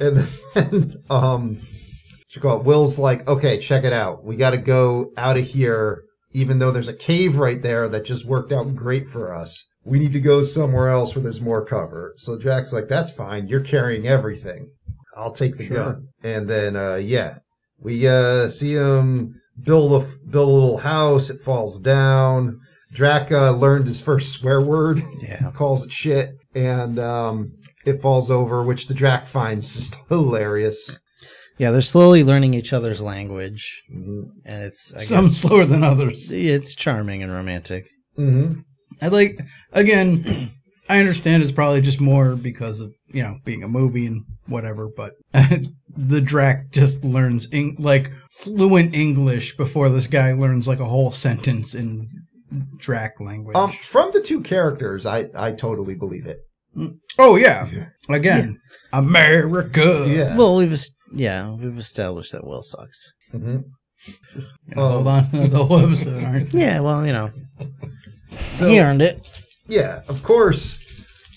Speaker 1: And then um what you call it, Will's like, okay, check it out. We gotta go out of here, even though there's a cave right there that just worked out great for us. We need to go somewhere else where there's more cover. So Jack's like, that's fine, you're carrying everything. I'll take the
Speaker 5: Sure.
Speaker 1: gun. And then uh yeah. We uh see him build a build a little house, it falls down. Drac uh, learned his first swear word
Speaker 2: yeah.
Speaker 1: calls it shit, and um, it falls over, which the Drac finds just hilarious.
Speaker 2: Yeah, they're slowly learning each other's language. And it's, I
Speaker 4: Some
Speaker 2: guess,
Speaker 4: slower than others.
Speaker 2: it's charming and romantic.
Speaker 1: Mm-hmm.
Speaker 4: I like again. I understand it's probably just more because of you know being a movie and whatever, but the Drac just learns Eng- like fluent English before this guy learns like a whole sentence in Drac language.
Speaker 1: Um, from the two characters, I, I totally believe it.
Speaker 4: oh yeah, again, America.
Speaker 1: Yeah.
Speaker 2: Well, we've, es- yeah, we've established that Will sucks.
Speaker 1: hmm
Speaker 4: You know,
Speaker 1: Oh.
Speaker 4: hold on to the whole episode, aren't you?
Speaker 2: Yeah, well, you know,
Speaker 1: So
Speaker 2: he
Speaker 1: yeah.
Speaker 2: earned it.
Speaker 1: of course.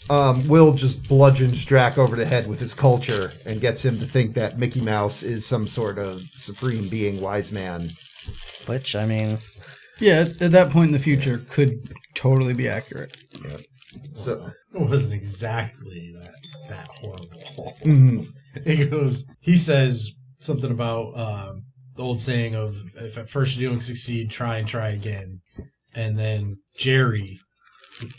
Speaker 1: Um, Will just bludgeons Drac over the head with his culture and gets him to think that Mickey Mouse is some sort of supreme being, wise man.
Speaker 2: Which, I mean,
Speaker 4: Yeah, at at that point in the future, could totally be accurate.
Speaker 1: So
Speaker 5: It wasn't exactly that that horrible.
Speaker 1: mm-hmm.
Speaker 5: It goes. He says something about um, the old saying of if at first you don't succeed, try and try again. And then Jerry,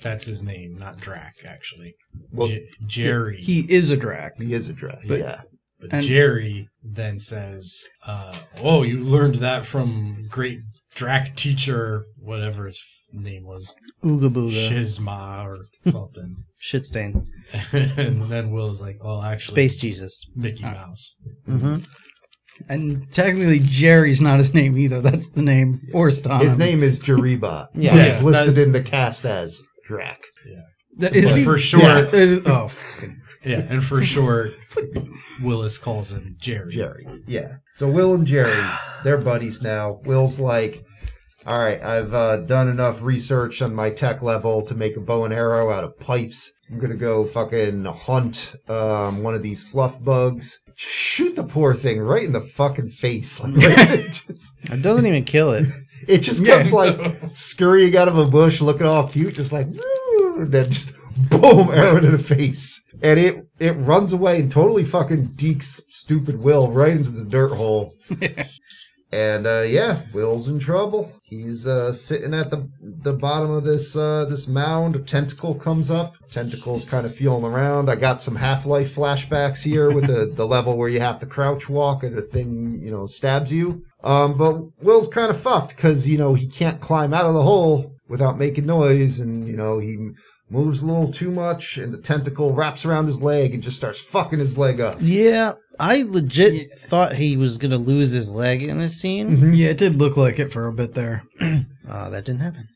Speaker 5: that's his name, not Drac actually.
Speaker 1: Well,
Speaker 5: J- Jerry.
Speaker 4: He is a Drac.
Speaker 1: he is a Drac.
Speaker 5: But-
Speaker 1: yeah.
Speaker 5: But
Speaker 4: And-
Speaker 5: Jerry then says, uh, "Oh, you learned that from great Drac teacher, whatever his name was,
Speaker 2: Ooga Booga.
Speaker 5: Shizma or something."
Speaker 2: Shit stain.
Speaker 5: and then Will's like, "Oh, actually,
Speaker 2: Space Jesus.
Speaker 5: Mickey Mouse."
Speaker 2: hmm
Speaker 4: And technically, Jerry's not his name either. That's the name forced on
Speaker 1: His
Speaker 4: him.
Speaker 1: name is Jariba.
Speaker 2: Yeah.
Speaker 5: Yes,
Speaker 1: He's listed
Speaker 5: that's-
Speaker 1: in the cast as Drac.
Speaker 4: That- is
Speaker 5: But
Speaker 4: he-
Speaker 5: for sure.
Speaker 4: Yeah, it is- oh, fucking.
Speaker 5: Yeah, and for short, Willis calls him Jerry.
Speaker 1: Jerry. Yeah. So Will and Jerry, they're buddies now. Will's like, all right, I've uh, done enough research on my tech level to make a bow and arrow out of pipes. I'm gonna go fucking hunt um, one of these fluff bugs. Just shoot the poor thing right in the fucking face. Like, right- just-
Speaker 2: It doesn't even kill it.
Speaker 1: it just
Speaker 4: Yeah,
Speaker 1: comes like scurrying out of a bush, looking all cute, just like "Woo," and then just boom, arrow to the face, and it it runs away and totally fucking dekes stupid Will right into the dirt hole. and uh, yeah, Will's in trouble. He's uh, sitting at the the bottom of this uh, this mound. A tentacle comes up. Tentacles kind of feeling around. I got some Half Life flashbacks here with the the level where you have to crouch walk and the thing you know stabs you. Um, but Will's kind of fucked because you know he can't climb out of the hole without making noise, and you know he moves a little too much, and the tentacle wraps around his leg and just starts fucking his leg up.
Speaker 2: Yeah, I legit thought he was gonna lose his leg in this scene.
Speaker 4: Yeah, it did look like it for a bit there.
Speaker 2: Uh, that didn't happen.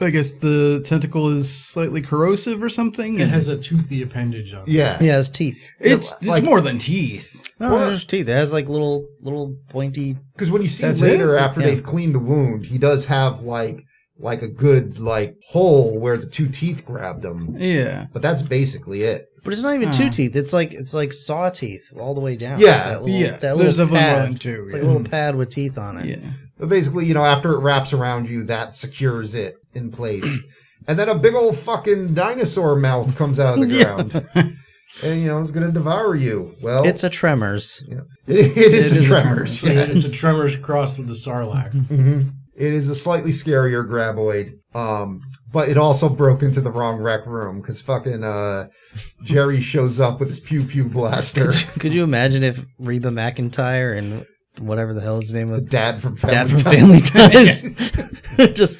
Speaker 4: I guess the tentacle is slightly corrosive or something.
Speaker 5: It
Speaker 4: and
Speaker 5: has a toothy appendage on. it.
Speaker 1: Yeah.
Speaker 2: Yeah, his teeth.
Speaker 4: it's it's
Speaker 1: like-
Speaker 4: more than teeth.
Speaker 2: No,
Speaker 1: What?
Speaker 2: no, his teeth. It has like little, little pointy.
Speaker 1: Because when you see
Speaker 4: That's
Speaker 1: later
Speaker 4: it?
Speaker 1: after
Speaker 2: Yeah.
Speaker 1: they've cleaned the wound, he does have like like a good like hole where the two teeth grabbed him.
Speaker 4: Yeah.
Speaker 1: But that's basically it.
Speaker 2: But it's not even
Speaker 4: Ah.
Speaker 2: two teeth. It's like it's like saw teeth all the way down.
Speaker 1: Yeah.
Speaker 2: that little,
Speaker 4: Yeah,
Speaker 2: That
Speaker 4: there's
Speaker 2: little
Speaker 4: definitely more
Speaker 2: pad.
Speaker 4: than two,
Speaker 2: It's like a
Speaker 4: yeah.
Speaker 2: little pad with teeth on it.
Speaker 4: Yeah.
Speaker 1: But basically, you know, after it wraps around you, that secures it in place. and then a big old fucking dinosaur mouth comes out of the ground. and you know, it's gonna devour you. Well
Speaker 2: It's a Tremors.
Speaker 1: it- it is
Speaker 4: it
Speaker 1: a
Speaker 4: is a
Speaker 1: tremors.
Speaker 5: It's a-
Speaker 1: yeah.
Speaker 5: It's a tremors crossed with the sarlacc.
Speaker 1: Mhm. It is a slightly scarier graboid, um, but it also broke into the wrong rec room because fucking uh, Jerry shows up with his pew pew blaster.
Speaker 2: Could you imagine if Reba McIntyre and whatever the hell his name
Speaker 1: the
Speaker 2: was,
Speaker 1: dad from Family
Speaker 2: Dad from
Speaker 1: Ties.
Speaker 2: Family Ties, just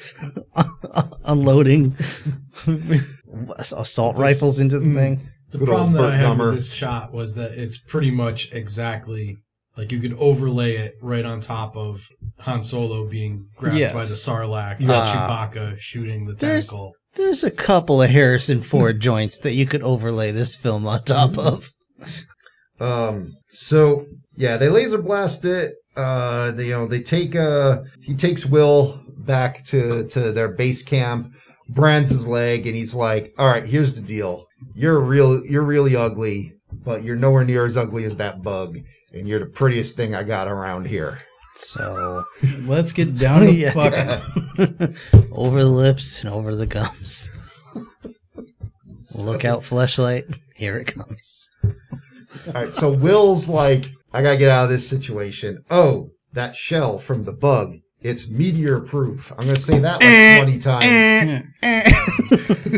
Speaker 2: unloading assault rifles into the thing?
Speaker 5: The
Speaker 1: Good
Speaker 5: problem
Speaker 1: old
Speaker 5: that
Speaker 1: Burt
Speaker 5: I had
Speaker 1: Gummer.
Speaker 5: with this shot was that it's pretty much exactly like you could overlay it right on top of Han Solo being grabbed
Speaker 4: Yes.
Speaker 5: by the sarlacc,
Speaker 2: Ah.
Speaker 5: Chewbacca shooting the
Speaker 2: There's-
Speaker 5: tentacle.
Speaker 2: There's a couple of Harrison Ford joints that you could overlay this Mm. film on top of.
Speaker 1: Um, so yeah, they laser blast it. uh, they, you know, they take uh, he takes Will back to to their base camp, brands his leg, and he's like, "All right, here's the deal. You're real. You're really ugly, but you're nowhere near as ugly as that bug, and you're the prettiest thing I got around here."
Speaker 2: So
Speaker 4: Let's get down to
Speaker 2: Yeah.
Speaker 4: fucking.
Speaker 2: over the lips and over the gums. Look out, flashlight! Here it comes.
Speaker 1: All right, so Will's like, "I gotta get out of this situation." Oh, that shell from the bug. It's meteor proof. I'm gonna say that like 20 times.
Speaker 5: Eh.
Speaker 4: Yeah.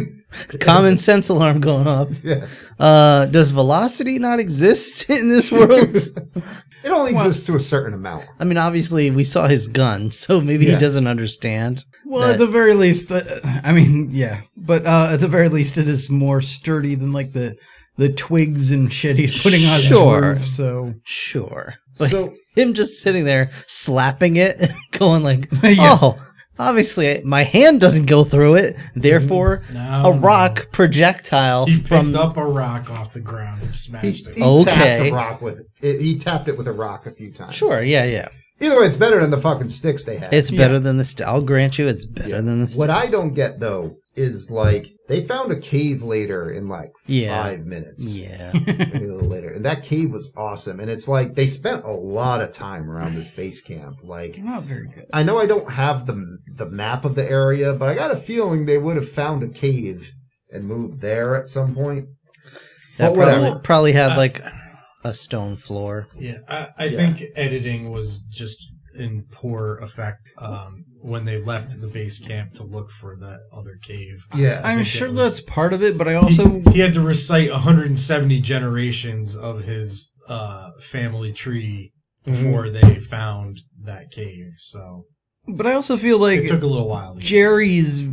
Speaker 2: Common sense alarm going off.
Speaker 1: Yeah.
Speaker 2: Uh, does velocity not exist in this world?
Speaker 1: It only exists to a certain amount.
Speaker 2: I mean, obviously, we saw his gun, so maybe
Speaker 1: Yeah.
Speaker 2: he doesn't understand.
Speaker 4: Well,
Speaker 2: that-
Speaker 4: at the very least, uh, I mean, yeah, but uh, at the very least, it is more sturdy than like the the twigs and shit he's putting on
Speaker 2: Sure.
Speaker 4: his roof. So
Speaker 2: Sure. But
Speaker 1: so
Speaker 2: him just sitting there slapping it, going like,
Speaker 4: Yeah.
Speaker 2: "Oh, obviously, my hand doesn't go through it.
Speaker 1: Mm-hmm.
Speaker 2: Therefore,
Speaker 5: No,
Speaker 2: a
Speaker 5: no.
Speaker 2: rock projectile
Speaker 5: He picked
Speaker 2: from
Speaker 5: up a rock off the ground and smashed it.
Speaker 1: He
Speaker 2: Okay.
Speaker 1: tapped a rock with it. It- He tapped it with a rock a few times.
Speaker 2: sure, yeah, yeah.
Speaker 1: Either way, it's better than the fucking sticks they had.
Speaker 2: It's better than the. St- I'll grant you, it's better than the.
Speaker 1: what I
Speaker 2: sticks.
Speaker 1: don't get though is like they found a cave later in like
Speaker 2: Yeah.
Speaker 1: five minutes.
Speaker 2: Yeah.
Speaker 1: Maybe a little later. And that cave was awesome. And it's like they spent a lot of time around this base camp. Like
Speaker 4: not very good.
Speaker 1: I know I don't have the the map of the area, but I got a feeling they would have found a cave and moved there at some point.
Speaker 2: That
Speaker 1: But whatever.
Speaker 2: probably, probably had
Speaker 1: Uh,
Speaker 2: like a stone floor.
Speaker 5: Yeah, I, I think editing was just in poor effect um, when they left the base camp to look for that other cave.
Speaker 1: Yeah.
Speaker 4: I'm
Speaker 5: think
Speaker 4: sure
Speaker 5: it was-
Speaker 4: that's part of it, but I
Speaker 5: He-
Speaker 4: also
Speaker 5: he, had to recite 170 generations of his uh, family tree
Speaker 1: Mm-hmm.
Speaker 5: before they found that cave. So
Speaker 4: but I also feel like
Speaker 5: it took a little while. to get
Speaker 4: Jerry's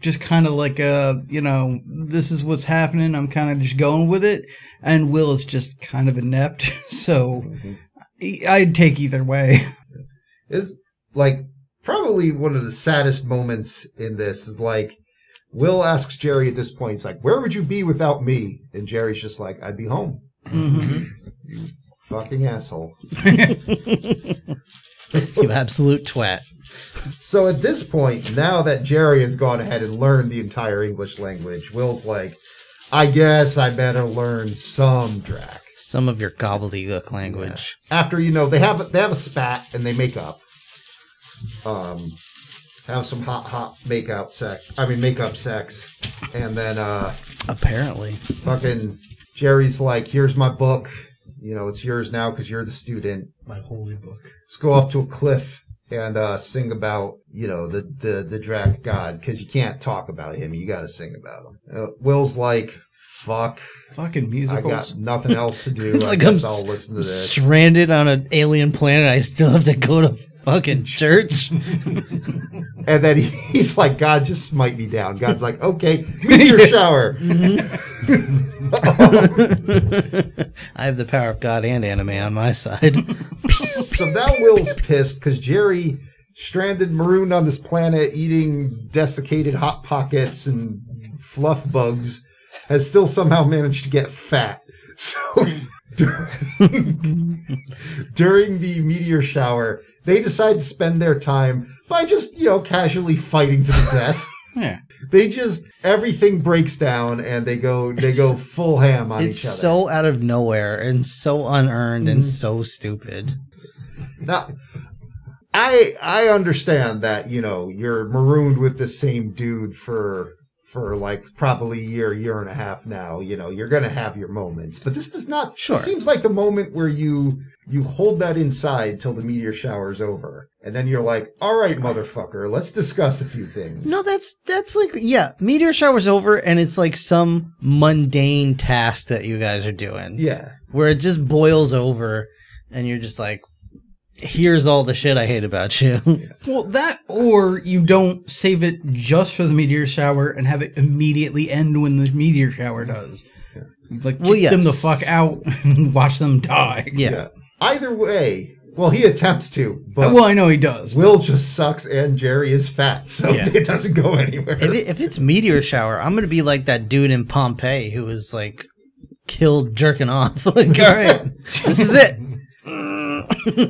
Speaker 4: just kind of like a you know this is what's happening. I'm kind of just going with it, and Will is just kind of inept. So
Speaker 1: Mm-hmm.
Speaker 4: e- I'd take either way.
Speaker 1: is like probably one of the saddest moments in this is like Will asks Jerry at this point, he's like, Where would you be without me? And Jerry's just like, I'd be home. Fucking asshole.
Speaker 2: You absolute twat.
Speaker 1: So at this point, now that Jerry has gone ahead and learned the entire English language, Will's like, I guess I better learn some Drac.
Speaker 2: Some of your gobbledygook language.
Speaker 1: after you know they have they have a spat and they make up. Um, have some hot hot make out sex. I mean make up sex, and then uh,
Speaker 2: Apparently.
Speaker 1: fucking Jerry's like, "Here's my book. You know it's yours now because you're the student.
Speaker 5: my holy book.
Speaker 1: Let's go up to a cliff." And uh, sing about you know the the the Drac God because you can't talk about him. You got to sing about him. Uh, Will's like, "Fuck,
Speaker 4: Fucking
Speaker 1: I
Speaker 4: musicals.
Speaker 1: got nothing else to do.
Speaker 2: It's
Speaker 1: I
Speaker 2: like I'm
Speaker 1: guess
Speaker 2: s-
Speaker 1: I'll listen to
Speaker 2: I'm
Speaker 1: this."
Speaker 2: stranded on an alien planet. I still have to go to fucking church.
Speaker 1: And then he, he's like, God, just smite me down. God's like, okay, meteor shower.
Speaker 2: I have the power of God and anime on my side.
Speaker 1: so now Will's pissed because Jerry stranded, marooned on this planet, eating desiccated hot pockets and fluff bugs, has still somehow managed to get fat. So during- during the meteor shower, they decide to spend their time by just, you know, casually fighting to the death.
Speaker 4: Yeah.
Speaker 1: They just everything breaks down and they go they go full ham on
Speaker 2: it's
Speaker 1: each other.
Speaker 2: so out of nowhere and so unearned and so stupid.
Speaker 1: Now, I I understand that you know you're marooned with the same dude for for like probably a year year and a half now. You know you're gonna have your moments, but this does not.
Speaker 2: Sure.
Speaker 1: this seems like the moment where you you hold that inside till the meteor shower's over, and then you're like, all right, motherfucker, let's discuss a few things.
Speaker 2: No, that's that's like yeah, meteor shower's over and it's like some mundane task that you guys are doing.
Speaker 1: Yeah.
Speaker 2: where it just boils over and you're just like here's all the shit i hate about you
Speaker 4: Well, that or you don't save it just for the meteor shower and have it immediately end when the meteor shower does. Like kick
Speaker 2: Well,
Speaker 4: them the
Speaker 2: yes.
Speaker 4: fuck out and watch them die.
Speaker 2: yeah,
Speaker 1: Either way, well, he attempts to, but
Speaker 4: Well, I know he does.
Speaker 1: Will just sucks, and Jerry is fat, so it doesn't go anywhere.
Speaker 2: If, it, if it's meteor shower i'm gonna be like that dude in pompeii who was like killed jerking off like all right this is it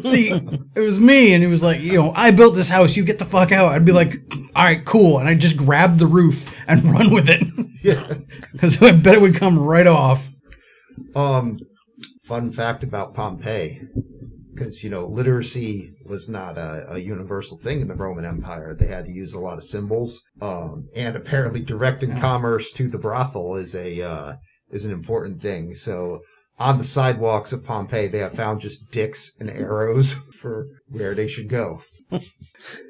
Speaker 4: See, it was me, and it was like, you know, I built this house. You get the fuck out. I'd be like, all right, cool, and I just grab the roof and run with it
Speaker 1: Yeah.
Speaker 4: because I bet it would come right off.
Speaker 1: Um, fun fact about Pompeii, because you know literacy was not a, a universal thing in the Roman Empire. They had to use a lot of symbols, um, and apparently directing commerce to the brothel is a uh, is an important thing. So on the sidewalks of Pompeii, they have found just dicks and arrows for where they should go.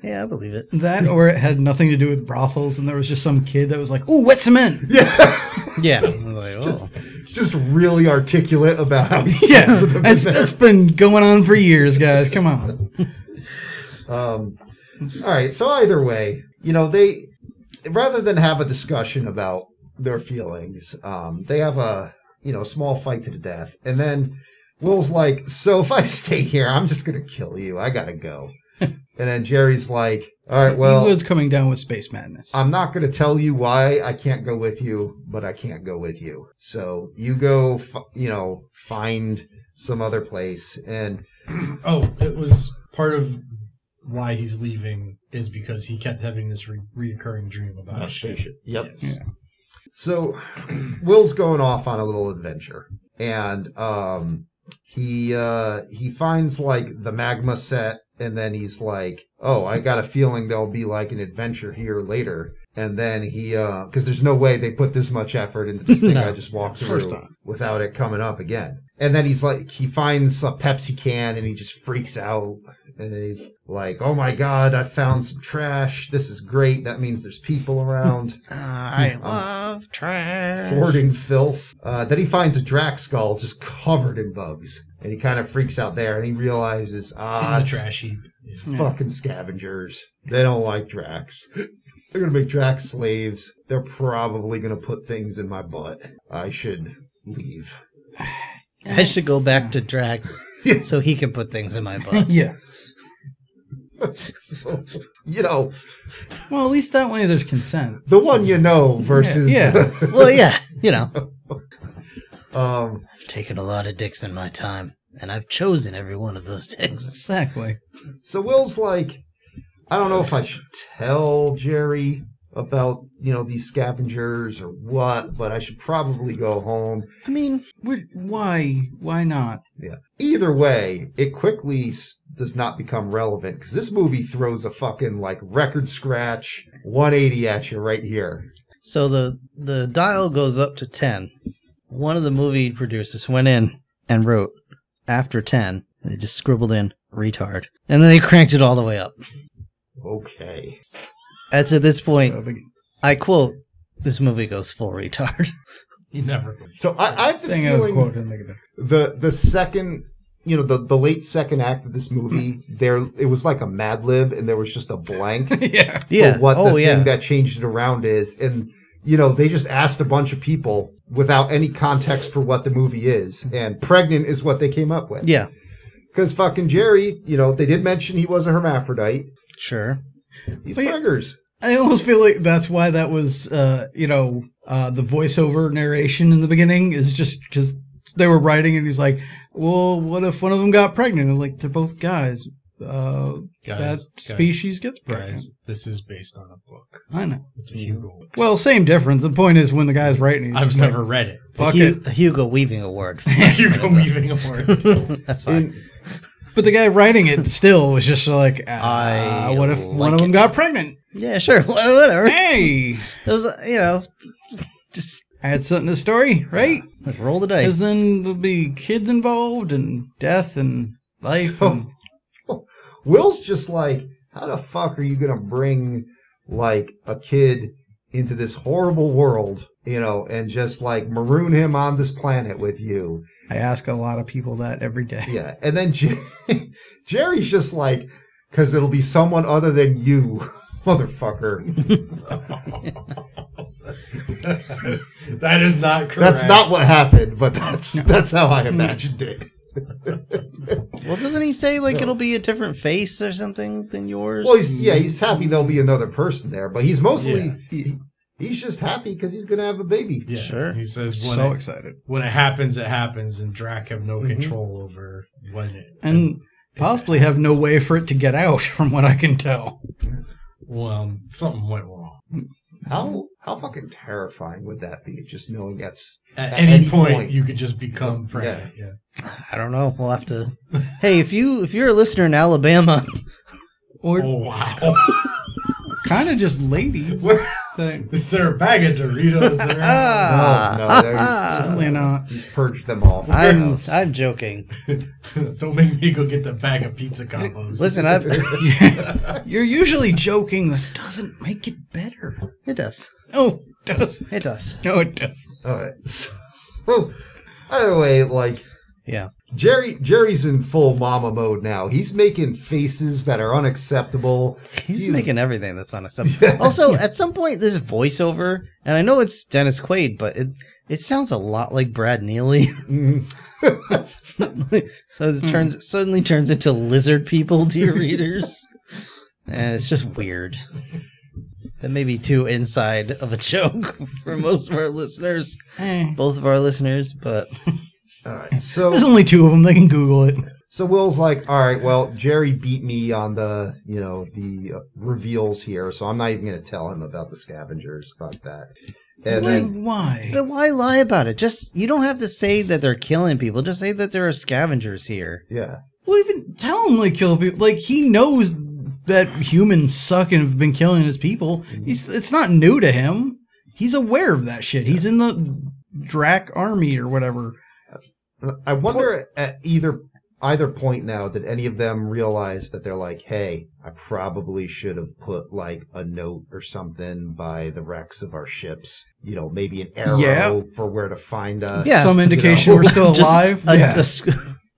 Speaker 2: Yeah, I believe it.
Speaker 4: That, or it had nothing to do with brothels, and there was just some kid that was like, ooh, wet cement.
Speaker 2: Yeah. I was like, oh.
Speaker 1: Just, just really articulate about how he
Speaker 4: Yeah,
Speaker 1: sounds in
Speaker 4: that's,
Speaker 1: there.
Speaker 4: that's been going on for years, guys. Come on.
Speaker 1: Um, all right. So either way, you know, they rather than have a discussion about their feelings, um, they have a you know small fight to the death, and then Will's like, "So if I stay here, I'm just gonna kill you. I gotta go." and then Jerry's like, "All right,
Speaker 4: Well,
Speaker 1: well."
Speaker 4: he was coming down with space madness.
Speaker 1: I'm not going to tell you why I can't go with you, but I can't go with you. So you go, f- you know, find some other place. And
Speaker 5: Oh, it was part of why he's leaving is because he kept having this re- reoccurring dream about a spaceship.
Speaker 1: Yep.
Speaker 5: Yes.
Speaker 1: So Will's going off on a little adventure and um he uh he finds like the magma set and then he's like, "Oh, I got a feeling there'll be like an adventure here later." And then he uh cuz there's no way they put this much effort into this thing I just walked
Speaker 4: course
Speaker 1: through
Speaker 4: not.
Speaker 1: without it coming up again. And then he's like he finds a Pepsi can and he just freaks out and he's like, "Oh my god, I found some trash. This is great. That means there's people around."
Speaker 2: I love trash.
Speaker 1: hoarding filth. Uh, then he finds a drac skull just covered in bugs, and he kind of freaks out there, and he realizes, ah,
Speaker 5: In the
Speaker 1: it's-
Speaker 5: trash heap.
Speaker 1: it's fucking scavengers. They don't like Drax. They're gonna make Drax slaves. They're probably gonna put things in my butt. I should leave.
Speaker 2: I should go back to Drax so he can put things in my butt.
Speaker 4: yeah.
Speaker 1: So, you know,
Speaker 4: Well, at least that way there's consent.
Speaker 1: the one you know versus
Speaker 4: Yeah.
Speaker 2: well, yeah, you know.
Speaker 1: um,
Speaker 2: I've taken a lot of dicks in my time, and I've chosen every one of those dicks.
Speaker 4: Exactly.
Speaker 1: So Will's like, I don't know if I should tell Jerry about you know these scavengers or what, but I should probably go home.
Speaker 4: I mean, we're, why? Why not?
Speaker 1: Yeah. Either way, it quickly s- does not become relevant because this movie throws a fucking like record scratch 180 at you right here.
Speaker 2: So the the dial goes up to ten. One of the movie producers went in and wrote after ten. They just scribbled in retard, and then they cranked it all the way up.
Speaker 1: Okay.
Speaker 2: That's at this point.
Speaker 4: Saying
Speaker 2: I quote: "This movie goes full retard."
Speaker 5: He never.
Speaker 1: So I, I have the
Speaker 4: it was a
Speaker 1: feeling
Speaker 4: quote doesn't make a difference.
Speaker 1: the the second you know the the late second act of this movie there it was like a Mad Lib and there was just a blank.
Speaker 4: yeah.
Speaker 2: yeah.
Speaker 1: for what
Speaker 2: oh
Speaker 1: the
Speaker 2: yeah.
Speaker 1: thing that changed it around is. And, you know, they just asked a bunch of people without any context for what the movie is. And pregnant is what they came up with.
Speaker 2: yeah.
Speaker 1: Because fucking Jerry, you know, they did mention he was a hermaphrodite.
Speaker 2: Sure.
Speaker 1: He's
Speaker 4: Wait.
Speaker 1: preggers.
Speaker 4: I almost feel like that's why that was, uh, you know, uh, the voiceover narration in the beginning is just because they were writing and he's like, well, what if one of them got pregnant? And like, they're both guys. Uh, that
Speaker 5: Guys, guys,
Speaker 4: species gets pregnant.
Speaker 5: guys, this is based on a book.
Speaker 4: I know.
Speaker 5: It's a Hugo. book.
Speaker 4: Well, same difference. The point is when the guy's writing, he's
Speaker 5: Mm-hmm. I've
Speaker 4: just like,
Speaker 5: never read it.
Speaker 4: fuck
Speaker 2: Hu-
Speaker 4: it.
Speaker 2: Hugo weaving a word.
Speaker 5: Hugo weaving a word.
Speaker 2: That's fine.
Speaker 1: And
Speaker 4: But the guy writing it still was just like, ah,
Speaker 2: I
Speaker 4: what if one
Speaker 2: like
Speaker 4: of them
Speaker 2: it.
Speaker 4: got pregnant?
Speaker 2: yeah. Sure. Whatever. It
Speaker 4: Hey,
Speaker 2: was uh, you know just
Speaker 4: add something to the story, right?
Speaker 2: like, roll the dice.
Speaker 4: Because then there'll be kids involved and death and life.
Speaker 1: So-
Speaker 4: and-
Speaker 1: Will's just like, how the fuck are you going to bring, like, a kid into this horrible world, you know, and just, like, maroon him on this planet with you?
Speaker 4: I ask a lot of people that every day.
Speaker 1: Yeah, and then Jer- Jerry's just like, because it'll be someone other than you, motherfucker.
Speaker 5: That is not correct.
Speaker 1: That's not what happened, but that's that's how I imagined it.
Speaker 2: Well, doesn't he say like it'll be a different face or something than yours?
Speaker 1: Well, he's yeah, he's happy there'll be another person there, but he's mostly
Speaker 5: Yeah.
Speaker 1: he, he's just happy because he's gonna have a baby.
Speaker 5: Yeah,
Speaker 2: Sure.
Speaker 5: He says when,
Speaker 4: So
Speaker 5: it,
Speaker 4: excited.
Speaker 5: when it happens, it happens, Mm-hmm. and Drac have no control over when it.
Speaker 4: And possibly have no way for it to get out, from what I can tell.
Speaker 5: Well, something went wrong.
Speaker 1: How how fucking terrifying would that be? Just knowing that's
Speaker 5: At,
Speaker 1: At
Speaker 5: any,
Speaker 1: any
Speaker 5: point,
Speaker 1: point.
Speaker 5: you could just become pregnant. Yeah.
Speaker 2: I don't know. We'll have to. Hey, if you if you're a listener in Alabama,
Speaker 4: Or
Speaker 5: Oh wow!
Speaker 4: kind of just ladies.
Speaker 5: Where-
Speaker 4: so,
Speaker 5: Is there a bag of Doritos there?
Speaker 2: ah,
Speaker 1: Oh, no, no, there's-
Speaker 4: certainly not.
Speaker 1: he's purged them all. from the
Speaker 2: I'm
Speaker 1: house.
Speaker 2: I'm joking.
Speaker 5: Don't make me go get the bag of pizza combos.
Speaker 2: Listen, I've
Speaker 4: You're usually joking. That doesn't make it better.
Speaker 2: it does
Speaker 4: No, it does.
Speaker 2: it does
Speaker 4: No, it does.
Speaker 1: all right. So, either way, like
Speaker 2: yeah.
Speaker 1: Jerry Jerry's in full mama mode now. He's making faces that are unacceptable.
Speaker 2: He's
Speaker 1: You-
Speaker 2: making everything that's unacceptable. Also, at some point, this voiceover, and I know it's Dennis Quaid, but it it sounds a lot like Brad Neely. Mm-hmm. so it turns it suddenly turns into lizard people, dear readers, and it's just weird. That may be too inside of a joke for most of our listeners,
Speaker 4: Eh.
Speaker 2: both of our listeners, but
Speaker 1: All right. So
Speaker 4: There's only two of them. They can Google it.
Speaker 1: So Will's like, all right, well, Jerry beat me on the, you know, the uh, reveals here, so I'm not even going to tell him about the scavengers, about that. And then,
Speaker 4: why?
Speaker 2: but why lie about it? Just you don't have to say that they're killing people. Just say that there are scavengers here.
Speaker 1: yeah,
Speaker 4: Well, even tell him like kill people. Like he knows that humans suck and have been killing his people.
Speaker 2: Mm-hmm.
Speaker 4: He's it's not new to him. He's aware of that shit. He's in the Drac army or whatever.
Speaker 1: I wonder at either either point now did any of them realize that they're like, hey, I probably should have put like a note or something by the wrecks of our ships, you know, maybe an arrow
Speaker 4: Yeah.
Speaker 1: for where to find uh, us.
Speaker 2: Yeah,
Speaker 4: Some
Speaker 1: you know.
Speaker 4: indication we're still
Speaker 2: Just
Speaker 4: alive.
Speaker 2: A,
Speaker 1: Yeah.
Speaker 2: a sc-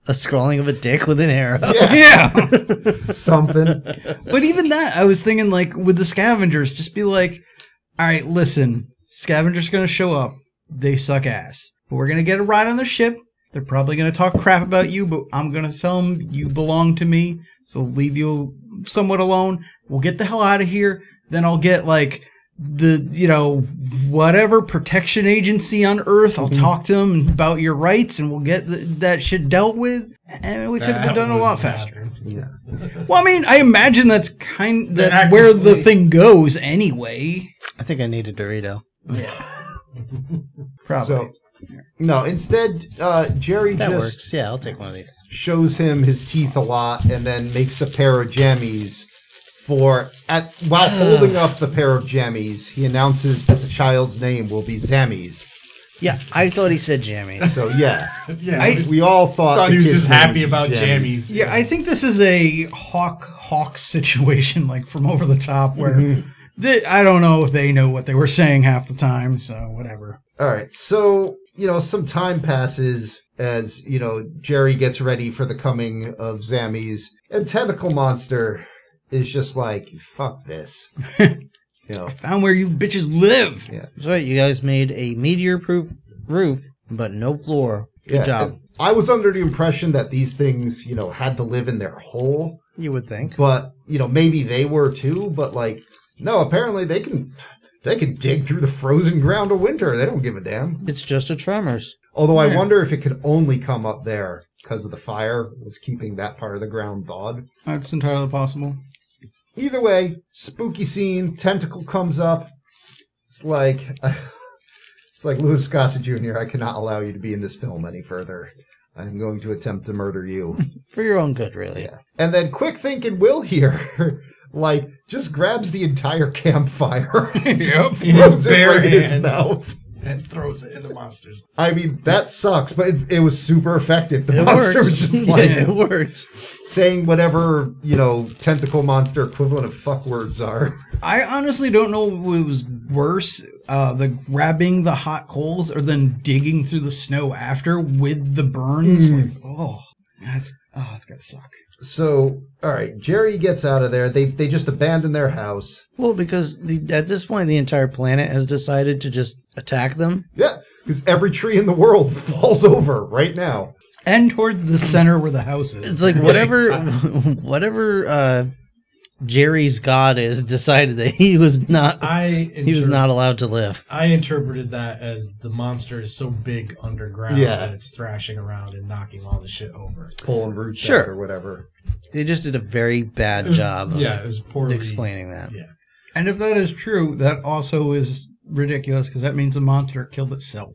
Speaker 2: a scrawling of a dick with an arrow.
Speaker 1: Yeah,
Speaker 4: yeah.
Speaker 1: something.
Speaker 4: but even that, I was thinking like with the scavengers, just be like, all right, listen, scavengers gonna show up. They suck ass. But we're gonna get a ride on their ship. They're probably gonna talk crap about you, but I'm gonna tell them you belong to me. So leave you somewhat alone. We'll get the hell out of here. Then I'll get like the you know whatever protection agency on Earth.
Speaker 5: Mm-hmm.
Speaker 4: I'll talk to them about your rights, and we'll get th- that shit dealt with. And we could have
Speaker 5: That
Speaker 4: been done a lot
Speaker 5: wouldn't
Speaker 4: faster.
Speaker 5: happen.
Speaker 1: Yeah.
Speaker 4: Well, I mean, I imagine that's kind that's
Speaker 5: active
Speaker 4: where the
Speaker 5: point.
Speaker 4: thing goes anyway.
Speaker 2: I think I need a Dorito.
Speaker 4: Probably.
Speaker 1: So, no, instead, uh, Jerry
Speaker 2: That
Speaker 1: just
Speaker 2: works. Yeah, I'll take one of these.
Speaker 1: shows him his teeth a lot and then makes a pair of jammies for at while holding up the pair of jammies he announces that the child's name will be zammies
Speaker 2: Yeah, I thought he said jammies.
Speaker 1: so yeah
Speaker 5: Yeah,
Speaker 4: I-
Speaker 5: I
Speaker 1: we all thought,
Speaker 5: thought
Speaker 1: the
Speaker 5: he was
Speaker 1: kid's
Speaker 5: just
Speaker 1: name
Speaker 5: happy about jammies.
Speaker 4: yeah, I think this is a hawk hawk situation, like from over the top, where they, I don't know if they know what they were saying half the time. So whatever.
Speaker 1: all right so you know some time passes as you know jerry gets ready for the coming of zammies and tentacle monster is just like fuck this you know
Speaker 4: Found where you bitches live.
Speaker 2: That's right. You guys made a meteor-proof roof, but no floor. Good job.
Speaker 1: and I was under the impression that these things, you know, had to live in their hole,
Speaker 2: You would think.
Speaker 1: but you know, maybe they were too. But like, no, apparently they can, they can dig through the frozen ground of winter. They don't give a damn.
Speaker 2: It's just a tremors.
Speaker 1: Although I wonder if it could only come up there because of the fire was keeping that part of the ground thawed.
Speaker 4: That's entirely possible.
Speaker 1: Either way, spooky scene. Tentacle comes up. It's like. It's like Louis Gossett Jr. I cannot allow you to be in this film any further. I'm going to attempt to murder you.
Speaker 2: For your own good, really.
Speaker 1: Yeah. And then quick thinking Will here, like, just grabs the entire campfire.
Speaker 5: Yep.
Speaker 1: Throws
Speaker 5: In his
Speaker 1: it
Speaker 5: bare
Speaker 1: right in his
Speaker 5: hands.
Speaker 1: mouth.
Speaker 5: and throws it in the monsters.
Speaker 1: I mean, that sucks, but it, it was super effective. The
Speaker 2: It
Speaker 1: monster
Speaker 2: worked.
Speaker 1: was just like
Speaker 2: it worked.
Speaker 1: saying whatever, you know, tentacle monster equivalent of fuck words are.
Speaker 4: I honestly don't know what was worse, uh, the grabbing the hot coals or then digging through the snow after with the burns. Like, oh, that's oh, that's gotta suck.
Speaker 1: So, all right, Jerry gets out of there. They they just abandon their house.
Speaker 2: Well, because the, at this point, the entire planet has decided to just attack them.
Speaker 1: Yeah, because every tree in the world falls over right now.
Speaker 4: and towards the center where the house is.
Speaker 2: It's like whatever, whatever uh, Jerry's god is decided that he was not
Speaker 5: I
Speaker 2: he was
Speaker 5: interpret-
Speaker 2: not allowed to live.
Speaker 5: I interpreted that as the monster is so big underground
Speaker 1: Yeah.
Speaker 5: that it's thrashing around and knocking all the shit over.
Speaker 1: pulling roots out
Speaker 2: Sure.
Speaker 1: or whatever.
Speaker 2: They just did a very bad
Speaker 5: It was-
Speaker 2: job of
Speaker 5: Yeah, it was poorly
Speaker 2: explaining that.
Speaker 5: Yeah.
Speaker 4: And if that is true, that also is ridiculous because that means the monster killed itself.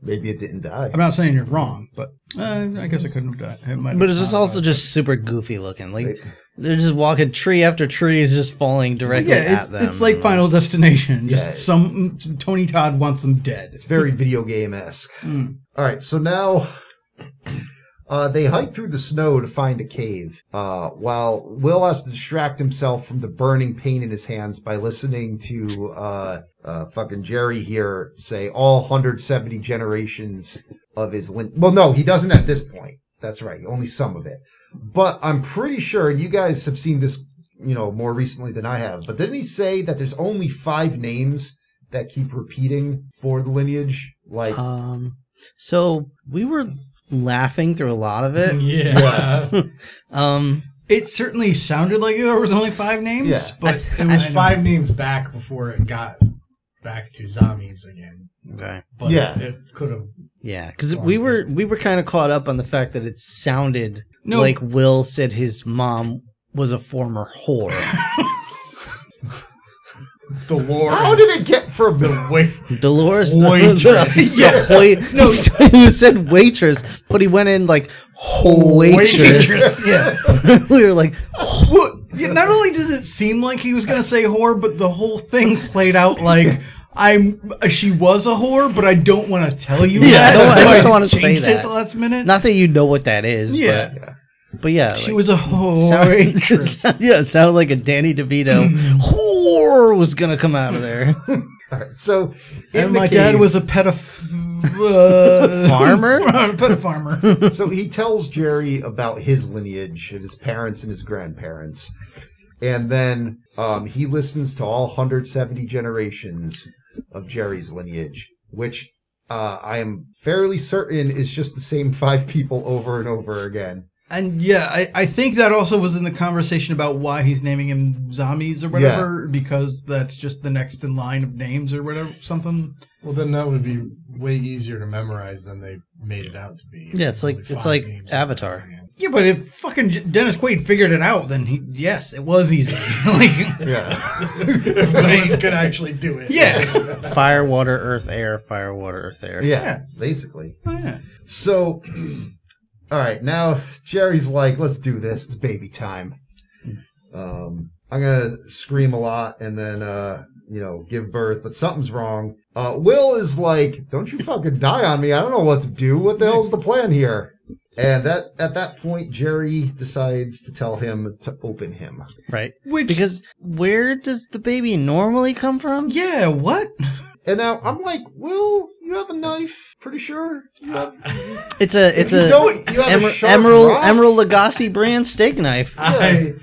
Speaker 1: Maybe it didn't die.
Speaker 4: I'm not saying you're wrong, but uh, I guess I couldn't have done it. might have
Speaker 2: But it's just
Speaker 4: not
Speaker 2: also
Speaker 4: died.
Speaker 2: just super goofy looking. Like
Speaker 1: Right.
Speaker 2: they're just walking tree after tree is just falling directly
Speaker 4: yeah,
Speaker 2: at
Speaker 4: it's,
Speaker 2: them.
Speaker 4: it's like Final Destination. Just
Speaker 1: Yeah.
Speaker 4: some Tony Todd wants them dead.
Speaker 1: It's very video game esque.
Speaker 4: Mm.
Speaker 1: All right, so now uh, they hike through the snow to find a cave. Uh, while Will has to distract himself from the burning pain in his hands by listening to uh, uh, fucking Jerry here say all 170 generations of his. Lin- well, no, he doesn't at this point. That's right, only some of it. But I'm pretty sure, and you guys have seen this, you know, more recently than I have. But didn't he say that there's only five names that keep repeating for the lineage? Like
Speaker 2: um so we were laughing through a lot of it.
Speaker 5: Yeah.
Speaker 2: Um
Speaker 4: It certainly sounded like there was only five names,
Speaker 1: Yeah.
Speaker 4: but
Speaker 5: it was five names back before it got back to zombies again.
Speaker 2: okay.
Speaker 5: But
Speaker 1: Yeah.
Speaker 5: it could have
Speaker 2: Yeah, because we were we were kind of caught up on the fact that it sounded
Speaker 4: No.
Speaker 2: like Will said his mom was a former whore.
Speaker 5: Dolores.
Speaker 1: How did it get from the
Speaker 5: Wait,
Speaker 2: Dolores the-
Speaker 5: Waitress.
Speaker 2: The, the wait- he said waitress, but he went in like waitress.
Speaker 5: Waitress.
Speaker 2: Yeah, we were like,
Speaker 4: Well, yeah, not only does it seem like he was gonna say whore, but the whole thing played out like I'm. She was a whore, but I don't want to tell you
Speaker 2: Yeah, I
Speaker 4: that.
Speaker 2: don't- I
Speaker 4: so
Speaker 2: don't wanna
Speaker 4: changed
Speaker 2: say
Speaker 4: it
Speaker 2: that.
Speaker 4: at the last minute.
Speaker 2: not that you know what that is.
Speaker 4: yeah,
Speaker 2: but, but yeah,
Speaker 4: she
Speaker 2: like,
Speaker 4: was a
Speaker 2: sounded-
Speaker 4: whore.
Speaker 2: yeah, it sounded like a Danny DeVito whore was gonna come out of there.
Speaker 1: so? in
Speaker 4: and
Speaker 1: the
Speaker 4: my dad
Speaker 1: cave-
Speaker 4: was a pedoph- uh,
Speaker 2: Farmer?
Speaker 4: pet farmer.
Speaker 1: so he tells Jerry about his lineage, his parents and his grandparents, and then um, he listens to all 170 generations of Jerry's lineage, which uh, I am fairly certain is just the same five people over and over again.
Speaker 4: And yeah, I, I think that also was in the conversation about why he's naming him zombies or whatever, because that's just the next in line of names or whatever, something.
Speaker 5: Well, then that would be way easier to memorize than they made it out to be.
Speaker 2: Yeah, it's like-
Speaker 5: only
Speaker 2: it's
Speaker 5: five
Speaker 2: like
Speaker 5: names.
Speaker 2: Avatar.
Speaker 4: Yeah, but if fucking J- Dennis Quaid figured it out, then he, yes, it was easy. like,
Speaker 1: Yeah.
Speaker 5: if Willis could actually do it.
Speaker 4: yeah.
Speaker 2: Fire, water, earth, air. Fire, water, earth, air.
Speaker 1: yeah, basically.
Speaker 4: Oh, yeah.
Speaker 1: So, all right, now Jerry's like, let's do this. It's baby time. Um, I'm going to scream a lot and then, uh, you know, give birth, but something's wrong. Uh, Will is like, don't you fucking die on me. I don't know what to do. What the hell's the plan here? And that at that point, Jerry decides to tell him to open him.
Speaker 2: Right.
Speaker 4: Which-
Speaker 2: because where does the baby normally come from?
Speaker 4: Yeah, what?
Speaker 1: And now I'm like, Will, you have a knife? Pretty sure. You have,
Speaker 2: It's a it's
Speaker 1: you
Speaker 2: a,
Speaker 1: don't, you have a
Speaker 2: Emer-
Speaker 1: sharp
Speaker 2: Emerald
Speaker 1: rock?
Speaker 2: Emerald Lagasse brand steak knife.
Speaker 5: I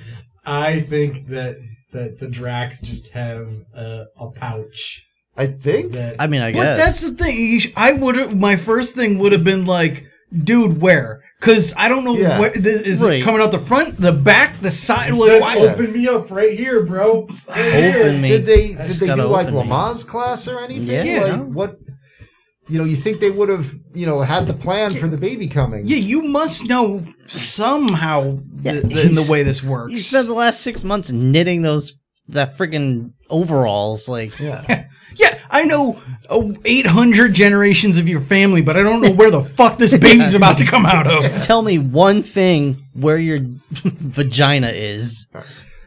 Speaker 5: I think that that the Drax just have a, a pouch
Speaker 1: I think.
Speaker 5: that
Speaker 2: I mean, I
Speaker 4: But
Speaker 2: guess.
Speaker 4: that's the thing. You sh- I would have, my first thing would have been like, dude, where? Because I don't know
Speaker 1: Yeah.
Speaker 4: what, this, is
Speaker 2: Right.
Speaker 4: it coming out the front, the back, the side?
Speaker 5: It
Speaker 4: Like,
Speaker 5: said,
Speaker 4: why?
Speaker 5: open me up right here, bro. Right here."
Speaker 2: Open me.
Speaker 1: Did they
Speaker 5: I
Speaker 1: did
Speaker 2: just
Speaker 1: they
Speaker 2: gotta
Speaker 1: do like
Speaker 2: open it.
Speaker 1: Lamaze class or anything?
Speaker 2: Yeah.
Speaker 1: Like
Speaker 2: No.
Speaker 1: what? You know, you think they would have you know had the plan for the baby coming?
Speaker 4: Yeah, you must know somehow
Speaker 2: Yeah,
Speaker 4: the, the, in the
Speaker 2: he's-
Speaker 4: way this works.
Speaker 2: you spent the last six months knitting those that freaking overalls. Like
Speaker 1: Yeah.
Speaker 4: yeah, I know uh, 800 generations of your family, but I don't know where the fuck this baby's about to come out of.
Speaker 2: tell me one thing where your vagina is.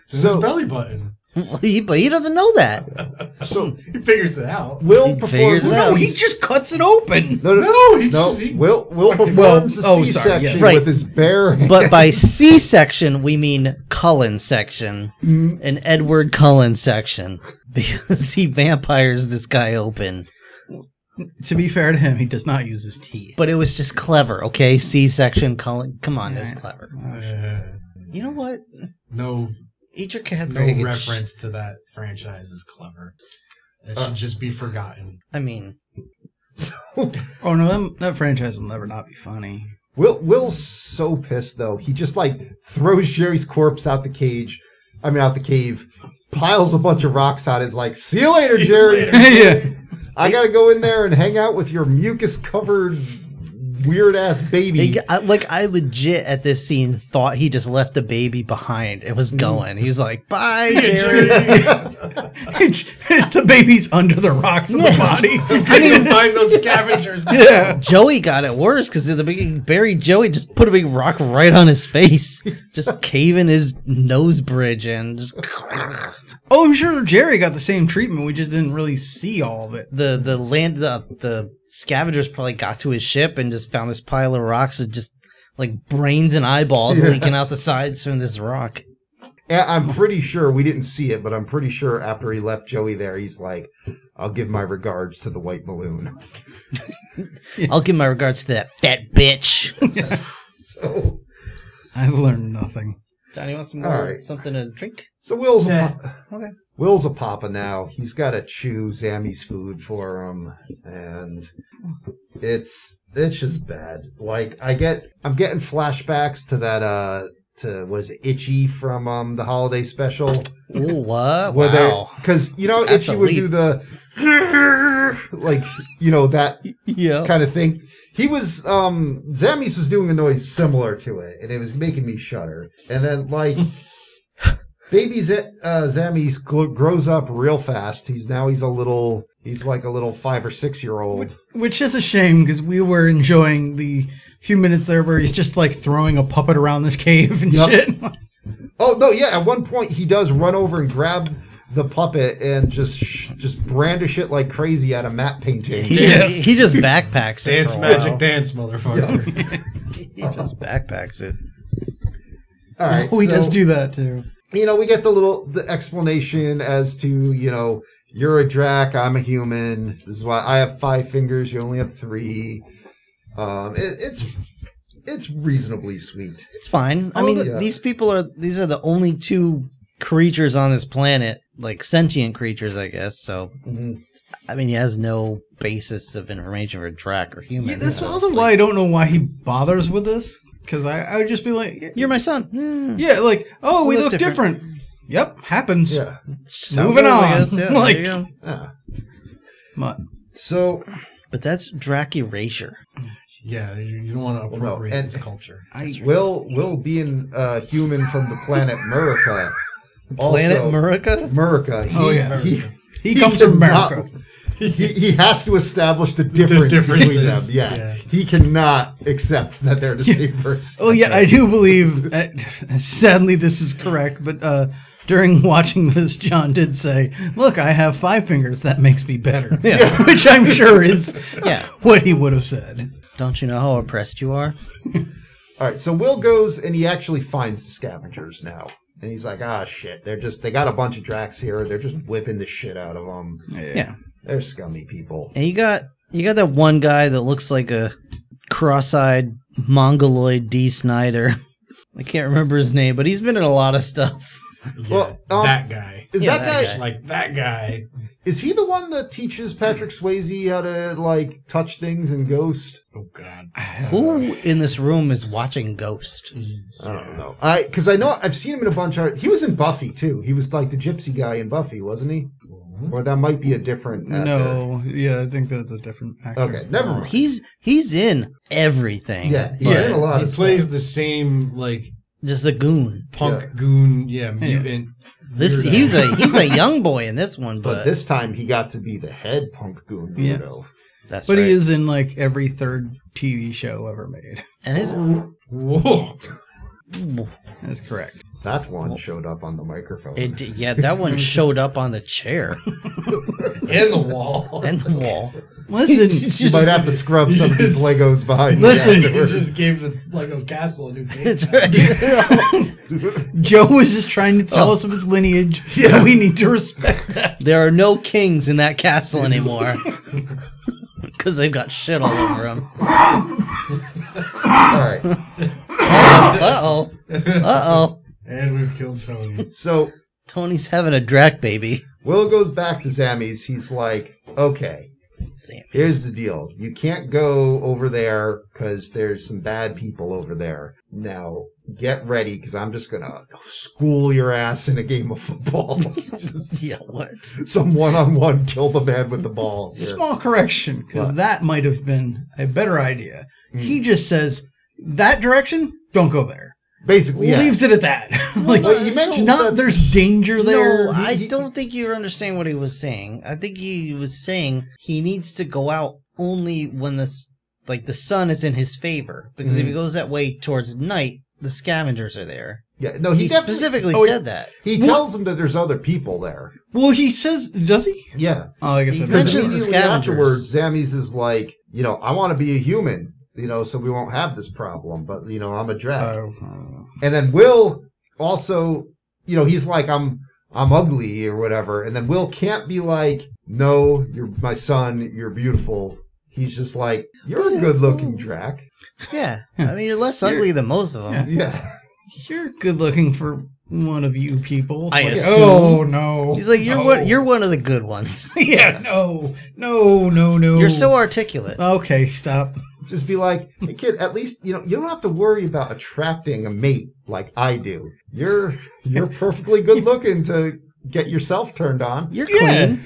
Speaker 5: It's in his
Speaker 1: So-
Speaker 5: belly button.
Speaker 2: Well, he, but he doesn't know that.
Speaker 1: So
Speaker 5: He figures it out.
Speaker 1: Will
Speaker 2: He
Speaker 1: performs.
Speaker 2: figures it
Speaker 4: No,
Speaker 2: out.
Speaker 4: he just cuts it open.
Speaker 1: no, no,
Speaker 5: No, he
Speaker 1: no.
Speaker 5: just- he-
Speaker 1: Will Will performs
Speaker 4: well,
Speaker 1: a
Speaker 4: oh, sorry,
Speaker 1: C-section
Speaker 4: yes.
Speaker 2: Right.
Speaker 1: with his bare. hand.
Speaker 2: But by C section, we mean Cullen section, an Edward Cullen section, because he vampires this guy open.
Speaker 4: To be fair to him, he does not use his teeth.
Speaker 2: But it was just clever, okay? C section Cullen. Come on, it was
Speaker 4: Alright.
Speaker 2: clever.
Speaker 5: Uh,
Speaker 2: You know what?
Speaker 5: no,
Speaker 2: Eat your cat
Speaker 5: no
Speaker 2: rage.
Speaker 5: reference to that franchise is clever. It
Speaker 1: Uh.
Speaker 5: should just be forgotten.
Speaker 2: I mean,
Speaker 1: so
Speaker 4: Oh no, that, that franchise will never not be funny.
Speaker 1: Will Will's so pissed though. He just like throws Jerry's corpse out the cage, I mean, out the cave, piles a bunch of rocks out. Is like, see you later,
Speaker 5: See you
Speaker 1: Jerry.
Speaker 5: later."
Speaker 4: yeah.
Speaker 1: I gotta go in there and hang out with your mucus covered weird ass baby.
Speaker 2: They, I, like I legit at this scene thought he just left the baby behind. It
Speaker 1: Mm-hmm.
Speaker 2: was going. He was like, "Bye, Jerry."
Speaker 4: the baby's under the rocks in
Speaker 2: Yes.
Speaker 4: the body.
Speaker 5: I need to find those scavengers.
Speaker 4: Yeah.
Speaker 2: Joey got it worse because in the beginning, Barry Joey just put a big rock right on his face, just caving his nose bridge and just
Speaker 4: Oh, I'm sure Jerry got the same treatment. We just didn't really see all of it.
Speaker 2: the the land the the scavengers probably got to his ship and just found this pile of rocks and just like brains and eyeballs
Speaker 1: Yeah.
Speaker 2: leaking out the sides from this rock.
Speaker 1: Yeah, I'm pretty sure we didn't see it, but I'm pretty sure after he left Joey there, he's like, "I'll give my regards to the white balloon."
Speaker 2: I'll give my regards to that fat bitch.
Speaker 1: So,
Speaker 4: I've learned nothing.
Speaker 2: Johnny wants some
Speaker 1: All
Speaker 2: more
Speaker 1: right.
Speaker 2: something to drink.
Speaker 1: so Will's a pa-
Speaker 2: okay.
Speaker 1: Will's a papa now. He's got to chew Sammy's food for him, and it's it's just bad. Like I get, I'm getting flashbacks to that. uh to was it Itchy from um the holiday special.
Speaker 2: Ooh, what?
Speaker 1: Where
Speaker 2: wow.
Speaker 1: Because you know,
Speaker 2: That's
Speaker 1: Itchy
Speaker 2: a
Speaker 1: would
Speaker 2: leap.
Speaker 1: do the like you know that
Speaker 2: Yeah.
Speaker 1: kind of thing. He was um Zamis was doing a noise similar to it, and it was making me shudder. And then like baby Z- uh, Zamis gl- grows up real fast. He's now he's a little he's like a little five or six year old.
Speaker 4: Which is a shame because we were enjoying the few minutes there where he's just like throwing a puppet around this cave and
Speaker 1: Yep.
Speaker 4: shit.
Speaker 1: Oh no, yeah. At one point, he does run over and grab the puppet and just sh- just brandish it like crazy at a map painting.
Speaker 2: He,
Speaker 5: Dance.
Speaker 2: just, he just backpacks it.
Speaker 5: Dance
Speaker 2: for a
Speaker 5: magic
Speaker 2: while.
Speaker 5: dance, motherfucker.
Speaker 2: He just backpacks it.
Speaker 1: All right,
Speaker 4: we
Speaker 1: so-
Speaker 4: just do that too.
Speaker 1: you know, we get the little the explanation as to you know, you're a drac, I'm a human. This is why I have five fingers, you only have three. Um, it, it's it's reasonably sweet.
Speaker 2: It's fine. I
Speaker 4: Oh,
Speaker 2: mean,
Speaker 1: the-
Speaker 2: these people are these are the only two creatures on this planet, like sentient creatures, I guess. So,
Speaker 4: Mm-hmm.
Speaker 2: I mean, he has no basis of information for Drac or human.
Speaker 4: Yeah, that's
Speaker 2: so it's
Speaker 4: also
Speaker 2: like,
Speaker 4: why I don't know why he bothers with this. Because I, I would just be like, yeah,
Speaker 2: you're my son. Mm.
Speaker 4: yeah, like, oh, we,
Speaker 2: We
Speaker 4: look,
Speaker 2: look
Speaker 4: different. Yep, happens.
Speaker 1: Yeah.
Speaker 2: It's just how it
Speaker 4: Moving
Speaker 2: goes, I
Speaker 4: on.
Speaker 2: guess. Yeah,
Speaker 4: Like-
Speaker 2: there you go.
Speaker 1: yeah.
Speaker 4: But
Speaker 1: So
Speaker 2: but that's Drac erasure.
Speaker 5: yeah, you, you don't want to
Speaker 1: no,
Speaker 5: appropriate
Speaker 1: and-
Speaker 5: this culture.
Speaker 4: I,
Speaker 1: will will being a uh, human from the planet Murica.
Speaker 2: Planet
Speaker 1: also-
Speaker 2: Murica.
Speaker 1: Murica. He,
Speaker 4: Oh, yeah.
Speaker 1: He,
Speaker 4: he comes from
Speaker 1: cannot-
Speaker 4: America.
Speaker 1: He, he has to establish the difference between them.
Speaker 5: differences,
Speaker 1: Yeah.
Speaker 5: yeah.
Speaker 1: He cannot accept that they're the same person.
Speaker 4: Oh yeah, I do believe. uh, Sadly, this is correct, but uh, during watching this, John did say, "Look, I have five fingers. That makes me better."
Speaker 2: Yeah.
Speaker 4: which I'm sure is
Speaker 2: Yeah.
Speaker 4: what he would have said.
Speaker 2: Don't you know how oppressed you are?
Speaker 1: All right, so Will goes and he actually finds the scavengers now. And he's like, ah, shit. They're just, they got a bunch of Drax here. They're just whipping the shit out of them.
Speaker 2: yeah.
Speaker 1: They're scummy people.
Speaker 2: And you got you got that one guy that looks like a cross-eyed mongoloid D. Snyder. I can't remember his name, but he's been in a lot of stuff.
Speaker 5: Yeah,
Speaker 1: Well, um,
Speaker 5: that guy.
Speaker 1: Is
Speaker 2: Yeah,
Speaker 1: that
Speaker 2: that
Speaker 1: guy,
Speaker 2: guy.
Speaker 5: Like that guy.
Speaker 1: is he the one that teaches Patrick Swayze how to, like, touch things and ghost?
Speaker 5: Oh God.
Speaker 2: Who in this room is watching Ghost?
Speaker 1: I don't know. I, cause I know I've seen him in a bunch of, he was in Buffy too. He was like the gypsy guy in Buffy, wasn't he? Or that might be a different. actor.
Speaker 4: Uh, No, yeah, I think that's a different actor.
Speaker 1: Okay, never mind.
Speaker 2: He's he's in everything.
Speaker 1: Yeah, he's
Speaker 2: but
Speaker 1: in a lot
Speaker 5: He
Speaker 1: of
Speaker 5: plays
Speaker 1: stuff.
Speaker 5: the same like
Speaker 2: Just a goon.
Speaker 5: punk
Speaker 1: Yeah.
Speaker 5: goon, yeah, mutant.
Speaker 2: This
Speaker 5: weirdo.
Speaker 2: he's a he's a young boy in this one,
Speaker 1: But
Speaker 2: but,
Speaker 1: this time he got to be the head punk goon
Speaker 4: Yes.
Speaker 1: weirdo.
Speaker 2: that's
Speaker 4: But
Speaker 2: right.
Speaker 4: he is in like every third TV show ever made.
Speaker 2: and his
Speaker 5: Whoa.
Speaker 4: That's correct.
Speaker 1: That one showed up on the microphone.
Speaker 2: it, d- yeah that one showed up on the chair
Speaker 5: And the wall.
Speaker 2: and the wall.
Speaker 4: Listen,
Speaker 1: you might have to scrub some of these
Speaker 5: Yes.
Speaker 1: Legos behind. you
Speaker 4: Listen.
Speaker 5: He
Speaker 1: afterwards.
Speaker 5: just gave the Lego castle a new name.
Speaker 2: That's right.
Speaker 4: Joe was just trying to tell
Speaker 2: Oh.
Speaker 4: us of his lineage. Yeah, we need to respect that.
Speaker 2: There are no kings in that castle anymore. Because they've got shit all over them.
Speaker 1: All right.
Speaker 2: Uh oh. Uh oh.
Speaker 5: And we've killed Tony.
Speaker 1: So
Speaker 2: Tony's having a drac baby.
Speaker 1: Will goes back to Zammy's. He's like, okay,
Speaker 2: Sam.
Speaker 1: Here's the deal. You can't go over there because there's some bad people over there. Now, get ready because I'm just going to school your ass in a game of football. Just
Speaker 2: Yeah, what?
Speaker 1: Some one on one kill the man with the ball. here.
Speaker 4: Small correction, because
Speaker 1: What?
Speaker 4: that might have been a better idea.
Speaker 2: Hmm.
Speaker 4: He just says that direction, don't go there.
Speaker 1: Basically, yeah.
Speaker 4: Leaves it at that. like
Speaker 1: Well, you mentioned
Speaker 4: not
Speaker 1: that-
Speaker 4: there's danger there.
Speaker 2: No, I don't think you understand what he was saying. I think he was saying he needs to go out only when the s- like the sun is in his favor because if he goes that way towards night, the scavengers are there.
Speaker 1: yeah. No,
Speaker 2: He,
Speaker 1: he, definitely-
Speaker 2: specifically
Speaker 1: oh, he-
Speaker 2: said that.
Speaker 1: He tells him that there's other people there.
Speaker 4: well, he says, does he?
Speaker 1: Yeah.
Speaker 4: Oh, I guess I
Speaker 1: Because
Speaker 2: mentions
Speaker 4: missed it.
Speaker 2: the
Speaker 1: immediately
Speaker 2: scavengers.
Speaker 1: afterwards, Zammies is like, you know, I want to be a human, you know, so we won't have this problem. But you know, I'm a drag.
Speaker 4: Oh.
Speaker 1: and then Will also, you know, he's like, I'm, I'm ugly or whatever. And then Will can't be like, no, you're my son, you're beautiful. He's just like, you're a good looking Drac.
Speaker 2: Yeah, I mean you're less ugly than most of them.
Speaker 1: Yeah.
Speaker 4: You're good looking for one of you people.
Speaker 2: I
Speaker 4: Like,
Speaker 2: assume.
Speaker 4: oh no.
Speaker 2: He's like you're
Speaker 4: no.
Speaker 2: one, you're one of the good ones.
Speaker 4: yeah, no, no, no, no.
Speaker 2: You're
Speaker 1: Oh.
Speaker 2: so articulate.
Speaker 4: okay. Stop.
Speaker 1: Just be like, hey kid, at least you know you don't have to worry about attracting a mate like I do. You're you're perfectly good looking to get yourself turned on.
Speaker 2: You're
Speaker 4: Yeah.
Speaker 2: clean.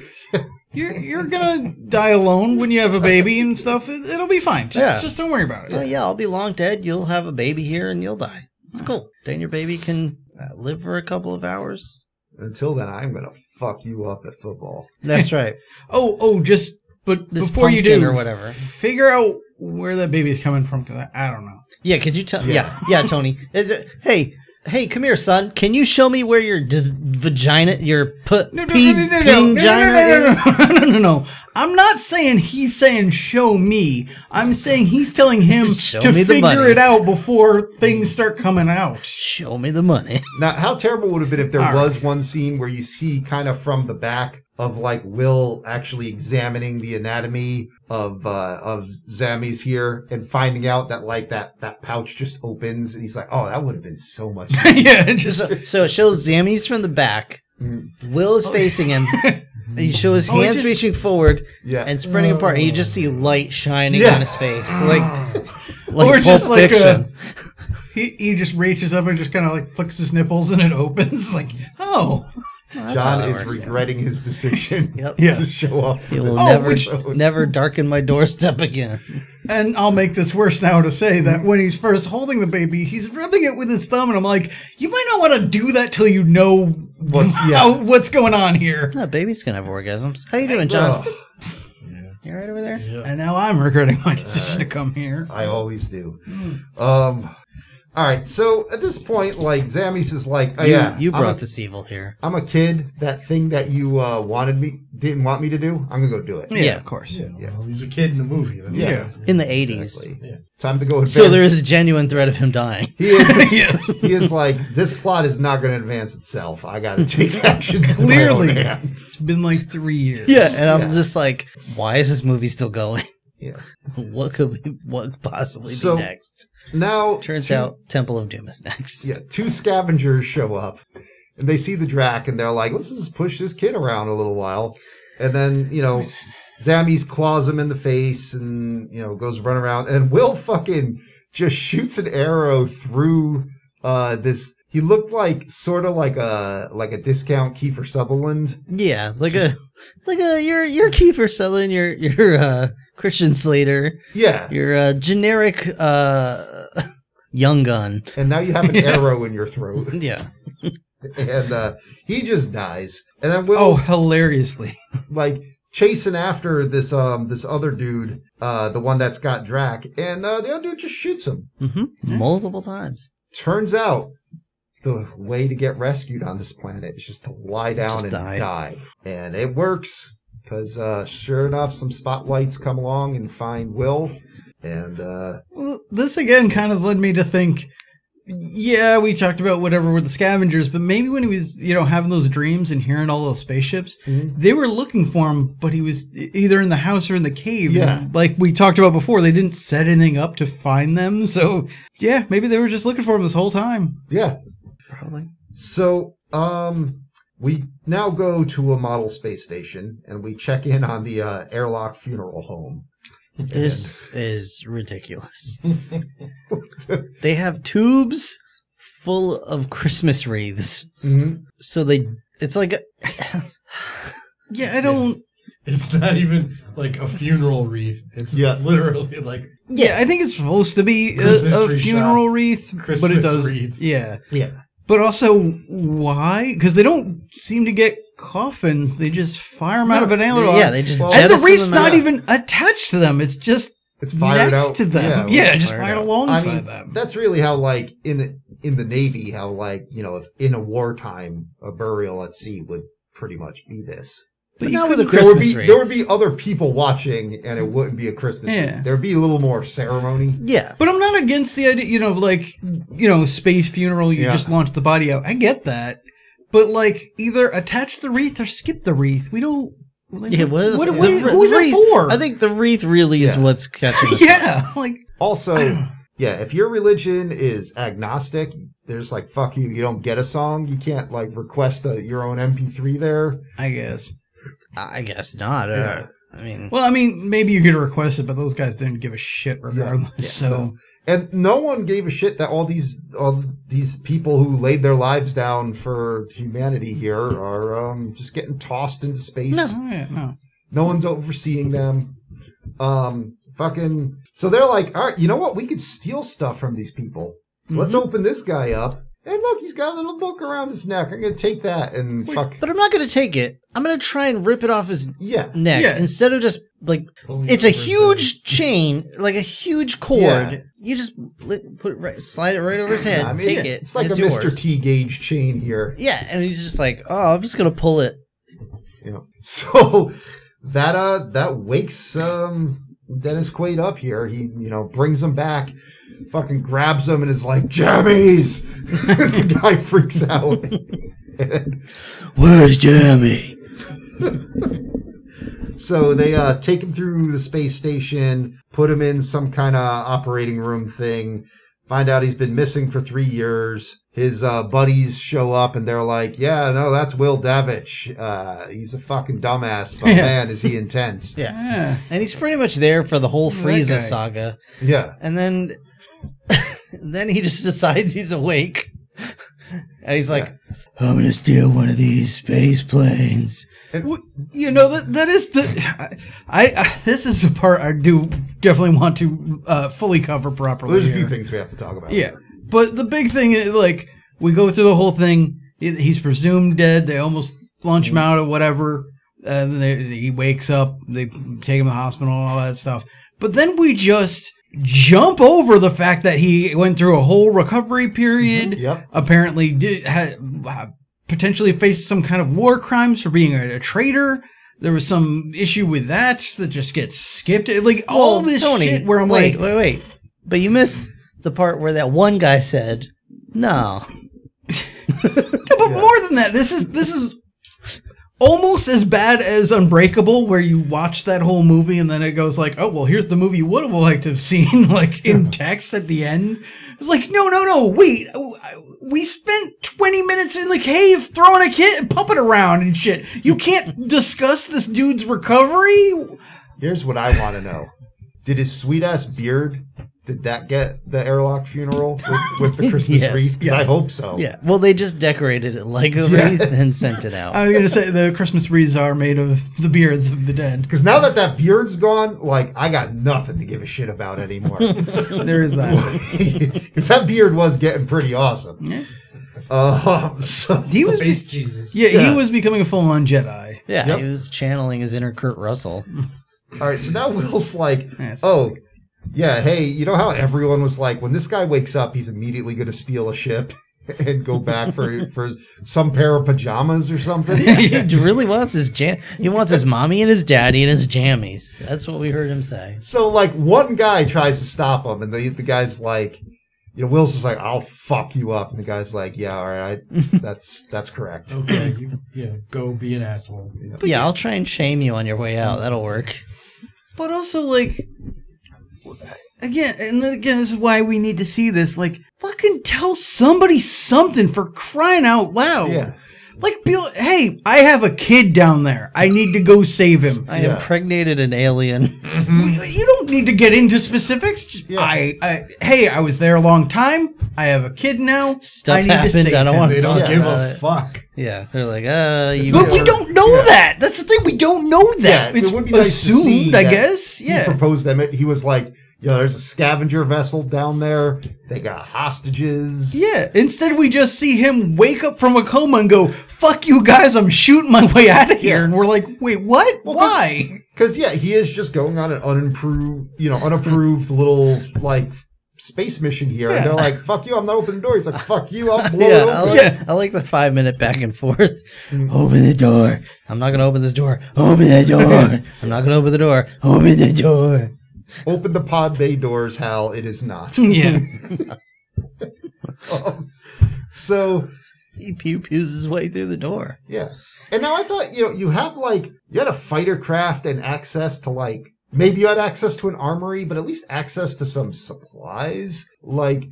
Speaker 4: You're you're gonna die alone when you have a baby and stuff. It, it'll be fine. Just
Speaker 2: Yeah.
Speaker 4: just don't worry about it.
Speaker 2: Oh yeah, I'll be long dead. You'll have a baby here, and you'll die.
Speaker 4: Mm.
Speaker 2: It's cool. Then your baby can uh, live for a couple of hours.
Speaker 1: Until then, I'm gonna fuck you up at football.
Speaker 2: That's right.
Speaker 4: Oh oh, just but
Speaker 2: This
Speaker 4: before you
Speaker 2: pumpkin
Speaker 4: do
Speaker 2: or whatever.
Speaker 4: figure out where that baby's coming from because I, I don't know.
Speaker 2: Yeah, could you tell? Yeah, yeah, Tony. Is it, hey, hey, come here, son. Can you show me where your dis- vagina, your put
Speaker 4: No, no,
Speaker 2: pee
Speaker 4: no, no, no, no, no,
Speaker 2: vagina
Speaker 4: no,
Speaker 2: is?
Speaker 4: no, no, no, no, no, no. I'm not saying he's saying show me. I'm saying he's telling him
Speaker 2: Show
Speaker 4: to
Speaker 2: me the
Speaker 4: figure
Speaker 2: money.
Speaker 4: it out before things start coming out.
Speaker 2: Show me the money.
Speaker 1: Now, how terrible would it have been if there
Speaker 4: All
Speaker 1: was one scene where you see kind of from the back of like Will actually examining the anatomy of uh, of Zammy's here and finding out that like that that pouch just opens and he's like, oh, that would have been so much.
Speaker 4: yeah, just
Speaker 2: So, so it shows Zammy's from the back.
Speaker 1: Mm.
Speaker 2: Will is facing him. and you show his
Speaker 4: Oh, it
Speaker 2: hands
Speaker 4: just-
Speaker 2: reaching forward
Speaker 1: yeah,
Speaker 2: and spreading apart, and you just see light shining
Speaker 1: Yeah.
Speaker 2: on his face, like like
Speaker 4: Ah. Or
Speaker 2: Pulp
Speaker 4: just like uh, a-
Speaker 2: Fiction.
Speaker 4: he he just reaches up and just kind of like flicks his nipples and it opens. Like oh
Speaker 2: Well, that's how
Speaker 1: John
Speaker 2: that
Speaker 1: is
Speaker 2: works.
Speaker 1: regretting his decision
Speaker 2: Yep.
Speaker 4: Yeah.
Speaker 1: to show up. for
Speaker 2: It will
Speaker 1: this
Speaker 2: never,
Speaker 1: episode.
Speaker 2: never darken my doorstep again.
Speaker 4: And I'll make this worse now to say that when he's first holding the baby, he's rubbing it with his thumb, and I'm like, you might not want to do that till you know what,
Speaker 1: yeah.
Speaker 4: what's going on here.
Speaker 2: No, baby's gonna have orgasms. How you doing, John?
Speaker 1: Ugh,
Speaker 2: You right over there?
Speaker 4: And now I'm regretting my decision to come here.
Speaker 1: I always do.
Speaker 2: Hmm.
Speaker 1: Um, all right, so at this point, like Zammy's is like, oh
Speaker 2: You-
Speaker 1: yeah,
Speaker 2: you
Speaker 1: I'm
Speaker 2: brought
Speaker 1: a-
Speaker 2: this evil here.
Speaker 1: I'm a kid. That thing that you uh, wanted me didn't want me to do. I'm gonna go do it.
Speaker 4: Yeah,
Speaker 2: Yeah.
Speaker 4: of course.
Speaker 5: Yeah, well, he's a kid in a movie. That's
Speaker 1: Yeah.
Speaker 2: in the 80s.
Speaker 5: Yeah.
Speaker 1: Time to go. Advance.
Speaker 2: So there is a genuine threat of him dying.
Speaker 1: He is.
Speaker 4: yes.
Speaker 1: he is like this plot is not going to advance itself. I got to take actions. to my own
Speaker 4: Clearly.
Speaker 1: hand."
Speaker 4: It's been like three years.
Speaker 2: Yeah, and I'm
Speaker 1: Yeah.
Speaker 2: just like, why is this movie still going?
Speaker 1: Yeah.
Speaker 2: what could we, what could possibly
Speaker 1: So-
Speaker 2: be next?
Speaker 1: Now
Speaker 2: Turns
Speaker 1: two-
Speaker 2: out Temple of Doom is next.
Speaker 1: yeah, two scavengers show up, and they see the drac, and they're like, "Let's just push this kid around a little while," and then you know, Zammies claws him in the face, and you know goes run around, and Will fucking just shoots an arrow through uh this. He looked like sort of like a like a discount Kiefer Sutherland.
Speaker 2: Yeah, like a like a you're you're Kiefer Sutherland, you're you're uh, Christian Slater,
Speaker 1: Yeah,
Speaker 2: you're a generic uh, young gun.
Speaker 1: and now you have an arrow in your throat,
Speaker 2: Yeah,
Speaker 1: and uh, he just dies. And then Will,
Speaker 4: Oh, hilariously.
Speaker 1: like chasing after this um this other dude, uh, the one that's got Drac, and uh, the other dude just shoots him.
Speaker 2: hmm multiple times.
Speaker 1: Turns out, the way to get rescued on this planet is just to lie down
Speaker 2: Just
Speaker 1: and
Speaker 2: die.
Speaker 1: die. and it works because uh, sure enough, some spotlights come along and find Will, and uh,
Speaker 4: Well, this again kind of led me to think yeah we talked about whatever with the scavengers but maybe when he was you know having those dreams and hearing all those spaceships they were looking for him but he was e- either in the house or in the cave
Speaker 1: Yeah.
Speaker 4: And like we talked about before they didn't set anything up to find them so yeah maybe they were just looking for him this whole time
Speaker 1: yeah,
Speaker 2: Probably.
Speaker 1: So, um, We now go to a model space station and we check in on the uh, airlock funeral home.
Speaker 2: This is ridiculous. they have tubes full of Christmas wreaths.
Speaker 1: Mm-hmm.
Speaker 2: So they it's like a,
Speaker 4: Yeah, I don't.
Speaker 5: It's not even like a funeral wreath. It's
Speaker 1: Yeah.
Speaker 5: literally like
Speaker 4: Yeah, I think it's supposed to be
Speaker 5: Christmas
Speaker 4: a, a
Speaker 5: tree
Speaker 4: funeral wreath, but
Speaker 5: Christmas
Speaker 4: it does.
Speaker 5: wreaths.
Speaker 4: Yeah,
Speaker 1: Yeah.
Speaker 4: but also why? Because they don't seem to get coffins; they just fire them out of an airlock.
Speaker 2: yeah, they just
Speaker 1: Well-
Speaker 4: and the
Speaker 2: jettison
Speaker 4: wreath's
Speaker 2: them
Speaker 4: not
Speaker 2: out.
Speaker 4: even attached to them; it's just
Speaker 1: It's fired
Speaker 4: next
Speaker 1: out.
Speaker 4: to them.
Speaker 1: it was-
Speaker 4: Yeah, just
Speaker 2: fired
Speaker 4: fired,
Speaker 1: I
Speaker 2: out.
Speaker 4: alongside
Speaker 1: mean,
Speaker 4: them.
Speaker 1: that's really how, like in in the Navy, how like you know, if in a wartime, a burial at sea would pretty much be this.
Speaker 2: But,
Speaker 4: you
Speaker 2: not with a
Speaker 1: There would
Speaker 2: Christmas
Speaker 1: be
Speaker 2: wreath.
Speaker 1: there would be other people watching, and it wouldn't be a Christmas.
Speaker 4: Yeah.
Speaker 1: There'd be a little more ceremony.
Speaker 2: yeah.
Speaker 4: But I'm not against the idea, you know, like you know, space funeral. You
Speaker 1: Yeah.
Speaker 4: just launch the body out. I get that, but like either attach the wreath or skip the wreath. We don't. Like,
Speaker 2: Yeah, what is-
Speaker 4: what,
Speaker 2: the
Speaker 4: what,
Speaker 2: wreath-
Speaker 4: who's it
Speaker 2: wreath-
Speaker 4: for?
Speaker 2: I think the wreath really is
Speaker 1: Yeah.
Speaker 2: what's catching us.
Speaker 4: yeah, like
Speaker 1: Also, yeah, if your religion is agnostic, there's like fuck you. You don't get a song. You can't like request a, your own MP3 there.
Speaker 4: I guess.
Speaker 2: I guess not. uh,
Speaker 1: Yeah.
Speaker 2: I mean,
Speaker 4: Well, I mean, maybe you could request it, but those guys didn't give a shit regardless. so
Speaker 1: no. And no one gave a shit that all these all these people who laid their lives down for humanity here are um, just getting tossed into space.
Speaker 4: Oh, yeah, no.
Speaker 1: No one's overseeing them. Um, fucking. So they're like, all right, you know what? We could steal stuff from these people. Let's
Speaker 2: Mm-hmm.
Speaker 1: open this guy up. And look, he's got a little book around his neck. I'm gonna take that and fuck.
Speaker 2: but I'm not going to take it. I'm going to try and rip it off his
Speaker 1: Yeah.
Speaker 2: neck
Speaker 4: Yeah.
Speaker 2: instead of just like
Speaker 5: pulling
Speaker 2: it's a
Speaker 5: over the-
Speaker 2: huge chain, like a huge cord.
Speaker 1: Yeah.
Speaker 2: You just li- put it right, slide it right over his head,
Speaker 1: I mean,
Speaker 2: take
Speaker 1: it's-
Speaker 2: it.
Speaker 1: It's like a Mr.
Speaker 2: yours.
Speaker 1: T gauge chain here.
Speaker 2: Yeah, and he's just like, oh, I'm just gonna pull it.
Speaker 1: Yeah. So that uh that wakes um Dennis Quaid up here. He you know brings him back, fucking grabs him and is like jammies. the guy freaks out.
Speaker 2: Where's Jeremy?
Speaker 1: So they uh, take him through the space station, put him in some kind of operating room thing, find out he's been missing for three years. His uh, buddies show up and they're like, Yeah, no, that's Will Davich. Uh, he's a fucking dumbass, but man, is he intense.
Speaker 2: Yeah.
Speaker 4: Yeah.
Speaker 2: And he's pretty much there for the whole
Speaker 4: guy.
Speaker 2: Frieza saga,
Speaker 1: Yeah.
Speaker 2: and then then he just decides he's awake, and he's like, I'm gonna steal one of these space planes.
Speaker 4: W- You know that that is the I, I this is the part I do definitely want to uh, fully cover properly.
Speaker 1: Well, there's a
Speaker 4: here.
Speaker 1: few things we have to talk about.
Speaker 4: Yeah, but the big thing is like we go through the whole thing. He- He's presumed dead. They almost launch
Speaker 1: Mm-hmm.
Speaker 4: him out or whatever, and then they, he wakes up. They take him to the hospital and all that stuff. But then we just jump over the fact that he went through a whole recovery period.
Speaker 1: Yep.
Speaker 4: Apparently, did had uh, potentially faced some kind of war crimes for being a, a traitor. There was some issue with that that just gets skipped. Like all
Speaker 2: Well,
Speaker 4: this
Speaker 2: Tony,
Speaker 4: shit where I'm
Speaker 2: wait,
Speaker 4: like,
Speaker 2: wait, wait. But you missed the part where that one guy said, "No,
Speaker 4: No, but more than that, this is this is almost as bad as Unbreakable, where you watch that whole movie and then it goes like, "Oh well, here's the movie you would have liked to have seen," like in text at the end. It's like, no, no, no, wait, uh, we spent twenty minutes in the cave throwing a kid, puppet around and shit. You can't discuss this dude's recovery.
Speaker 1: Here's what I want to know Did his sweet ass beard, did that get the airlock funeral with, with the Christmas
Speaker 2: Yes,
Speaker 1: wreath? 'Cause I
Speaker 2: yes.
Speaker 1: hope so.
Speaker 2: yeah." Well, they just decorated it like a
Speaker 1: Yeah.
Speaker 2: wreath and sent it out.
Speaker 4: I was gonna say the Christmas wreaths are made of the beards of the dead.
Speaker 1: Because now that that beard's gone, like, I got nothing to give a shit about anymore.
Speaker 4: There is that.
Speaker 1: Because that beard was getting pretty awesome.
Speaker 4: Yeah.
Speaker 1: Uh, so,
Speaker 4: He was,
Speaker 5: Space Jesus.
Speaker 4: yeah,
Speaker 1: Yeah.
Speaker 4: he was becoming a full-on Jedi.
Speaker 2: Yeah,
Speaker 1: Yep.
Speaker 2: he was channeling his inner Kurt Russell.
Speaker 1: all right, so now Will's like,
Speaker 4: Yes.
Speaker 1: oh, yeah, hey, you know how everyone was like, when this guy wakes up, he's immediately going to steal a ship and go back for, for some pair of pajamas or something?
Speaker 2: he really wants his jam. He wants his mommy and his daddy and his jammies. That's what we heard him say.
Speaker 1: so, like, one guy tries to stop him, and the, the guy's like, you know, Will's just like, I'll fuck you up. And the guy's like, yeah, all right, I, that's, that's correct.
Speaker 5: Okay, you, yeah, go be an asshole.
Speaker 2: yeah, I'll try and shame you on your way out. That'll work.
Speaker 4: But also, like, again, and then again, this is why we need to see this. Like, fucking tell somebody something for crying out loud.
Speaker 1: Yeah.
Speaker 4: Like Bill, hey, I have a kid down there. I need to go save him.
Speaker 2: I
Speaker 1: Yeah.
Speaker 2: impregnated an alien.
Speaker 4: We- you don't need to get into specifics. Just-
Speaker 1: Yeah.
Speaker 4: I, I, hey, I was there a long time. I have a kid now.
Speaker 2: Stuff
Speaker 4: I need
Speaker 2: happened,
Speaker 4: To save
Speaker 2: I don't
Speaker 4: him.
Speaker 2: wanna
Speaker 5: They don't
Speaker 1: Yeah.
Speaker 5: give
Speaker 2: Uh,
Speaker 5: a fuck.
Speaker 2: Yeah, they're like, uh, you.
Speaker 4: But
Speaker 1: Yeah.
Speaker 4: we don't know
Speaker 1: Yeah.
Speaker 4: that. That's the thing. We don't know that.
Speaker 1: Yeah, it
Speaker 4: it's
Speaker 1: would be nice to see
Speaker 4: assumed, I
Speaker 1: that
Speaker 4: guess.
Speaker 1: He
Speaker 4: Yeah.
Speaker 1: proposed them. He was like, you know, there's a scavenger vessel down there. They got hostages.
Speaker 4: Yeah. Instead, we just see him wake up from a coma and go, "Fuck you guys! I'm shooting my way out of here."
Speaker 1: Yeah.
Speaker 4: And we're like, "Wait, what?
Speaker 1: Well,
Speaker 4: Why?"
Speaker 1: Because yeah, he is just going on an unimproved, you know, unapproved little like space mission here, and they're like, "Fuck you! I'm not opening the door." He's like, "Fuck you! I'll blow
Speaker 2: Yeah,
Speaker 1: it
Speaker 2: I
Speaker 1: open."
Speaker 2: like, I like the five minute back and forth. Open the door. I'm not gonna open this door. Open the door. I'm not gonna open the door. Open the door.
Speaker 1: Open the pod bay doors, Hal. It is not.
Speaker 4: yeah.
Speaker 1: Hmm. so
Speaker 2: He pew pews his way through the door.
Speaker 1: yeah, and now I thought you know you have like you had a fighter craft and access to like maybe you had access to an armory, but at least access to some supplies. Like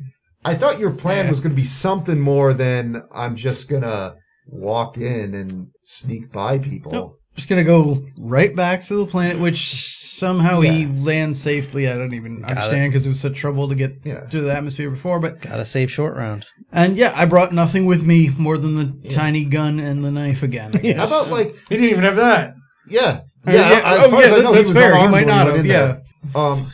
Speaker 1: I thought your plan was going to be something more than I'm just gonna walk in and sneak by people.
Speaker 4: Nope. Just gonna go right back to the planet, which somehow he lands safely. I don't even
Speaker 2: Got it.
Speaker 4: understand because it was such trouble to get
Speaker 1: Yeah.
Speaker 4: to the atmosphere before. But
Speaker 2: Gotta save short round.
Speaker 4: and yeah, I brought nothing with me more than the tiny gun and the knife again. I guess.
Speaker 1: How about like
Speaker 5: He didn't even have that.
Speaker 1: yeah
Speaker 4: Uh,
Speaker 1: yeah, I- as
Speaker 4: oh,
Speaker 1: far as I
Speaker 4: that-
Speaker 1: know,
Speaker 4: that's
Speaker 1: was
Speaker 4: fair. He
Speaker 1: unarmed
Speaker 4: might
Speaker 1: when
Speaker 4: not
Speaker 1: went
Speaker 4: have.
Speaker 1: in
Speaker 4: Yeah.
Speaker 1: there. Um,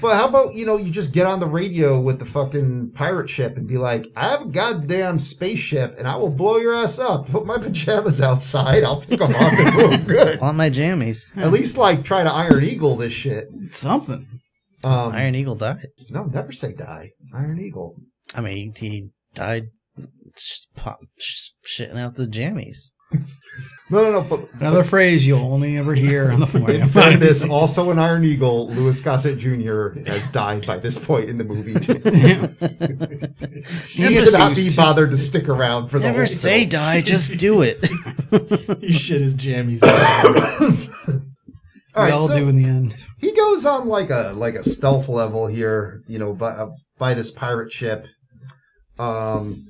Speaker 1: but how about you know you just get on the radio with the fucking pirate ship and be like, I have a goddamn spaceship and I will blow your ass up. Put my pajamas outside. I'll pick them up and we're good.
Speaker 2: On my jammies.
Speaker 1: At least like try to Iron Eagle this shit.
Speaker 4: Something.
Speaker 1: Um,
Speaker 2: Iron Eagle died.
Speaker 1: No, never say die. Iron Eagle.
Speaker 2: I mean, he, he died sh- pop, sh- shitting out the jammies.
Speaker 1: No, no, no. But
Speaker 4: Another phrase you'll only ever hear on the
Speaker 1: in
Speaker 4: forum.
Speaker 1: fairness, also an Iron Eagle, Louis Gossett Jr. has died by this point in the movie. Too. He could not be bothered to stick around for the
Speaker 2: Never
Speaker 1: whole
Speaker 2: say
Speaker 1: film.
Speaker 2: die, just do it.
Speaker 5: He shit his jammies. out.
Speaker 4: We
Speaker 1: All right,
Speaker 4: all
Speaker 1: so-
Speaker 4: do in the end.
Speaker 1: he goes on like a like a stealth level here, you know, by uh, by this pirate ship, um,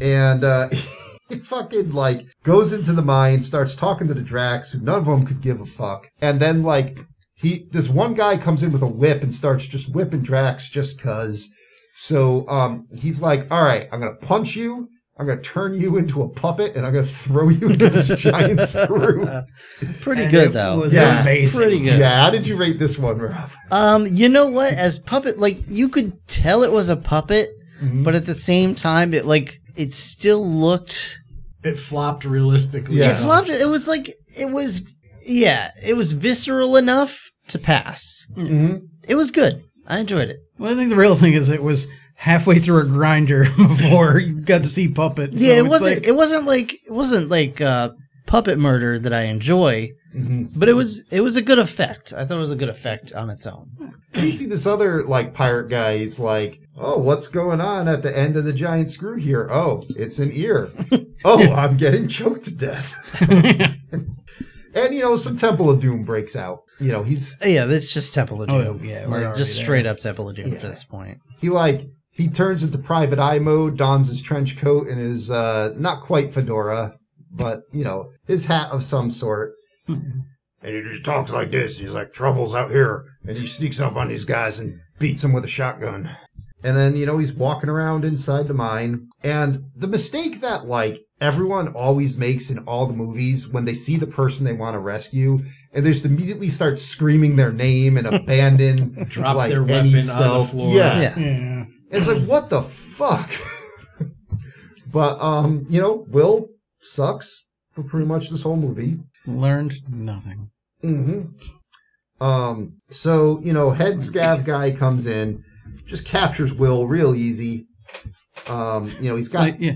Speaker 1: and uh, he fucking like goes into the mine, starts talking to the Drax, who none of them could give a fuck, and then like he this one guy comes in with a whip and starts just whipping Drax just cause. So um, he's like, "All right, I'm gonna punch you." I'm gonna turn you into a puppet, and I'm gonna throw you into this giant screw.
Speaker 2: Pretty
Speaker 4: And
Speaker 2: good
Speaker 4: it
Speaker 2: though.
Speaker 4: was
Speaker 1: Yeah.
Speaker 4: amazing.
Speaker 2: Pretty good.
Speaker 1: Yeah, how did you rate this one, Rob?
Speaker 2: Um, you know what? As puppet, like you could tell it was a puppet, but at the same time, it like it still looked.
Speaker 5: it flopped realistically.
Speaker 1: Yeah.
Speaker 2: It flopped. It was like it was. Yeah, it was visceral enough to pass.
Speaker 1: Mhm.
Speaker 2: It was good. I enjoyed it.
Speaker 4: Well, I think the real thing is it was halfway through a grinder before you got to see puppet.
Speaker 2: Yeah,
Speaker 4: So
Speaker 2: it
Speaker 4: it's
Speaker 2: wasn't.
Speaker 4: like-
Speaker 2: it wasn't like it wasn't like uh, puppet murder that I enjoy,
Speaker 1: Mhm.
Speaker 2: but it was it was a good effect. I thought it was a good effect on its own.
Speaker 1: you see this other like pirate guy. He's like, "Oh, what's going on at the end of the giant screw here? Oh, it's an ear. oh, I'm getting choked to death." and you know, some Temple of Doom breaks out. You know, he's
Speaker 2: Yeah, that's just Temple of Doom.
Speaker 4: Oh, yeah, we're
Speaker 2: Like,
Speaker 4: already
Speaker 2: just
Speaker 4: there.
Speaker 2: straight up Temple of Doom at
Speaker 1: Yeah.
Speaker 2: this point.
Speaker 1: he like he turns into private eye mode, dons his trench coat and his uh not quite fedora, but you know, his hat of some sort. And he just talks like this. He's like, "Trouble's out here," and he sneaks up on these guys and beats them with a shotgun. And then, you know, he's walking around inside the mine. And the mistake that, like, everyone always makes in all the movies when they see the person they want to rescue, and they just immediately start screaming their name and abandon
Speaker 5: Drop
Speaker 1: like,
Speaker 5: their
Speaker 1: any
Speaker 5: weapon on the
Speaker 1: stealth.
Speaker 5: floor.
Speaker 1: Yeah.
Speaker 2: Yeah.
Speaker 4: Yeah.
Speaker 1: It's like, what the fuck? but, um, you know, Will sucks for pretty much this whole movie.
Speaker 4: Learned nothing. Mm-hmm.
Speaker 1: hmm Um, so you know, head scav guy comes in, just captures Will real easy. Um, you know, he's
Speaker 4: It's
Speaker 1: got.
Speaker 4: like, yeah.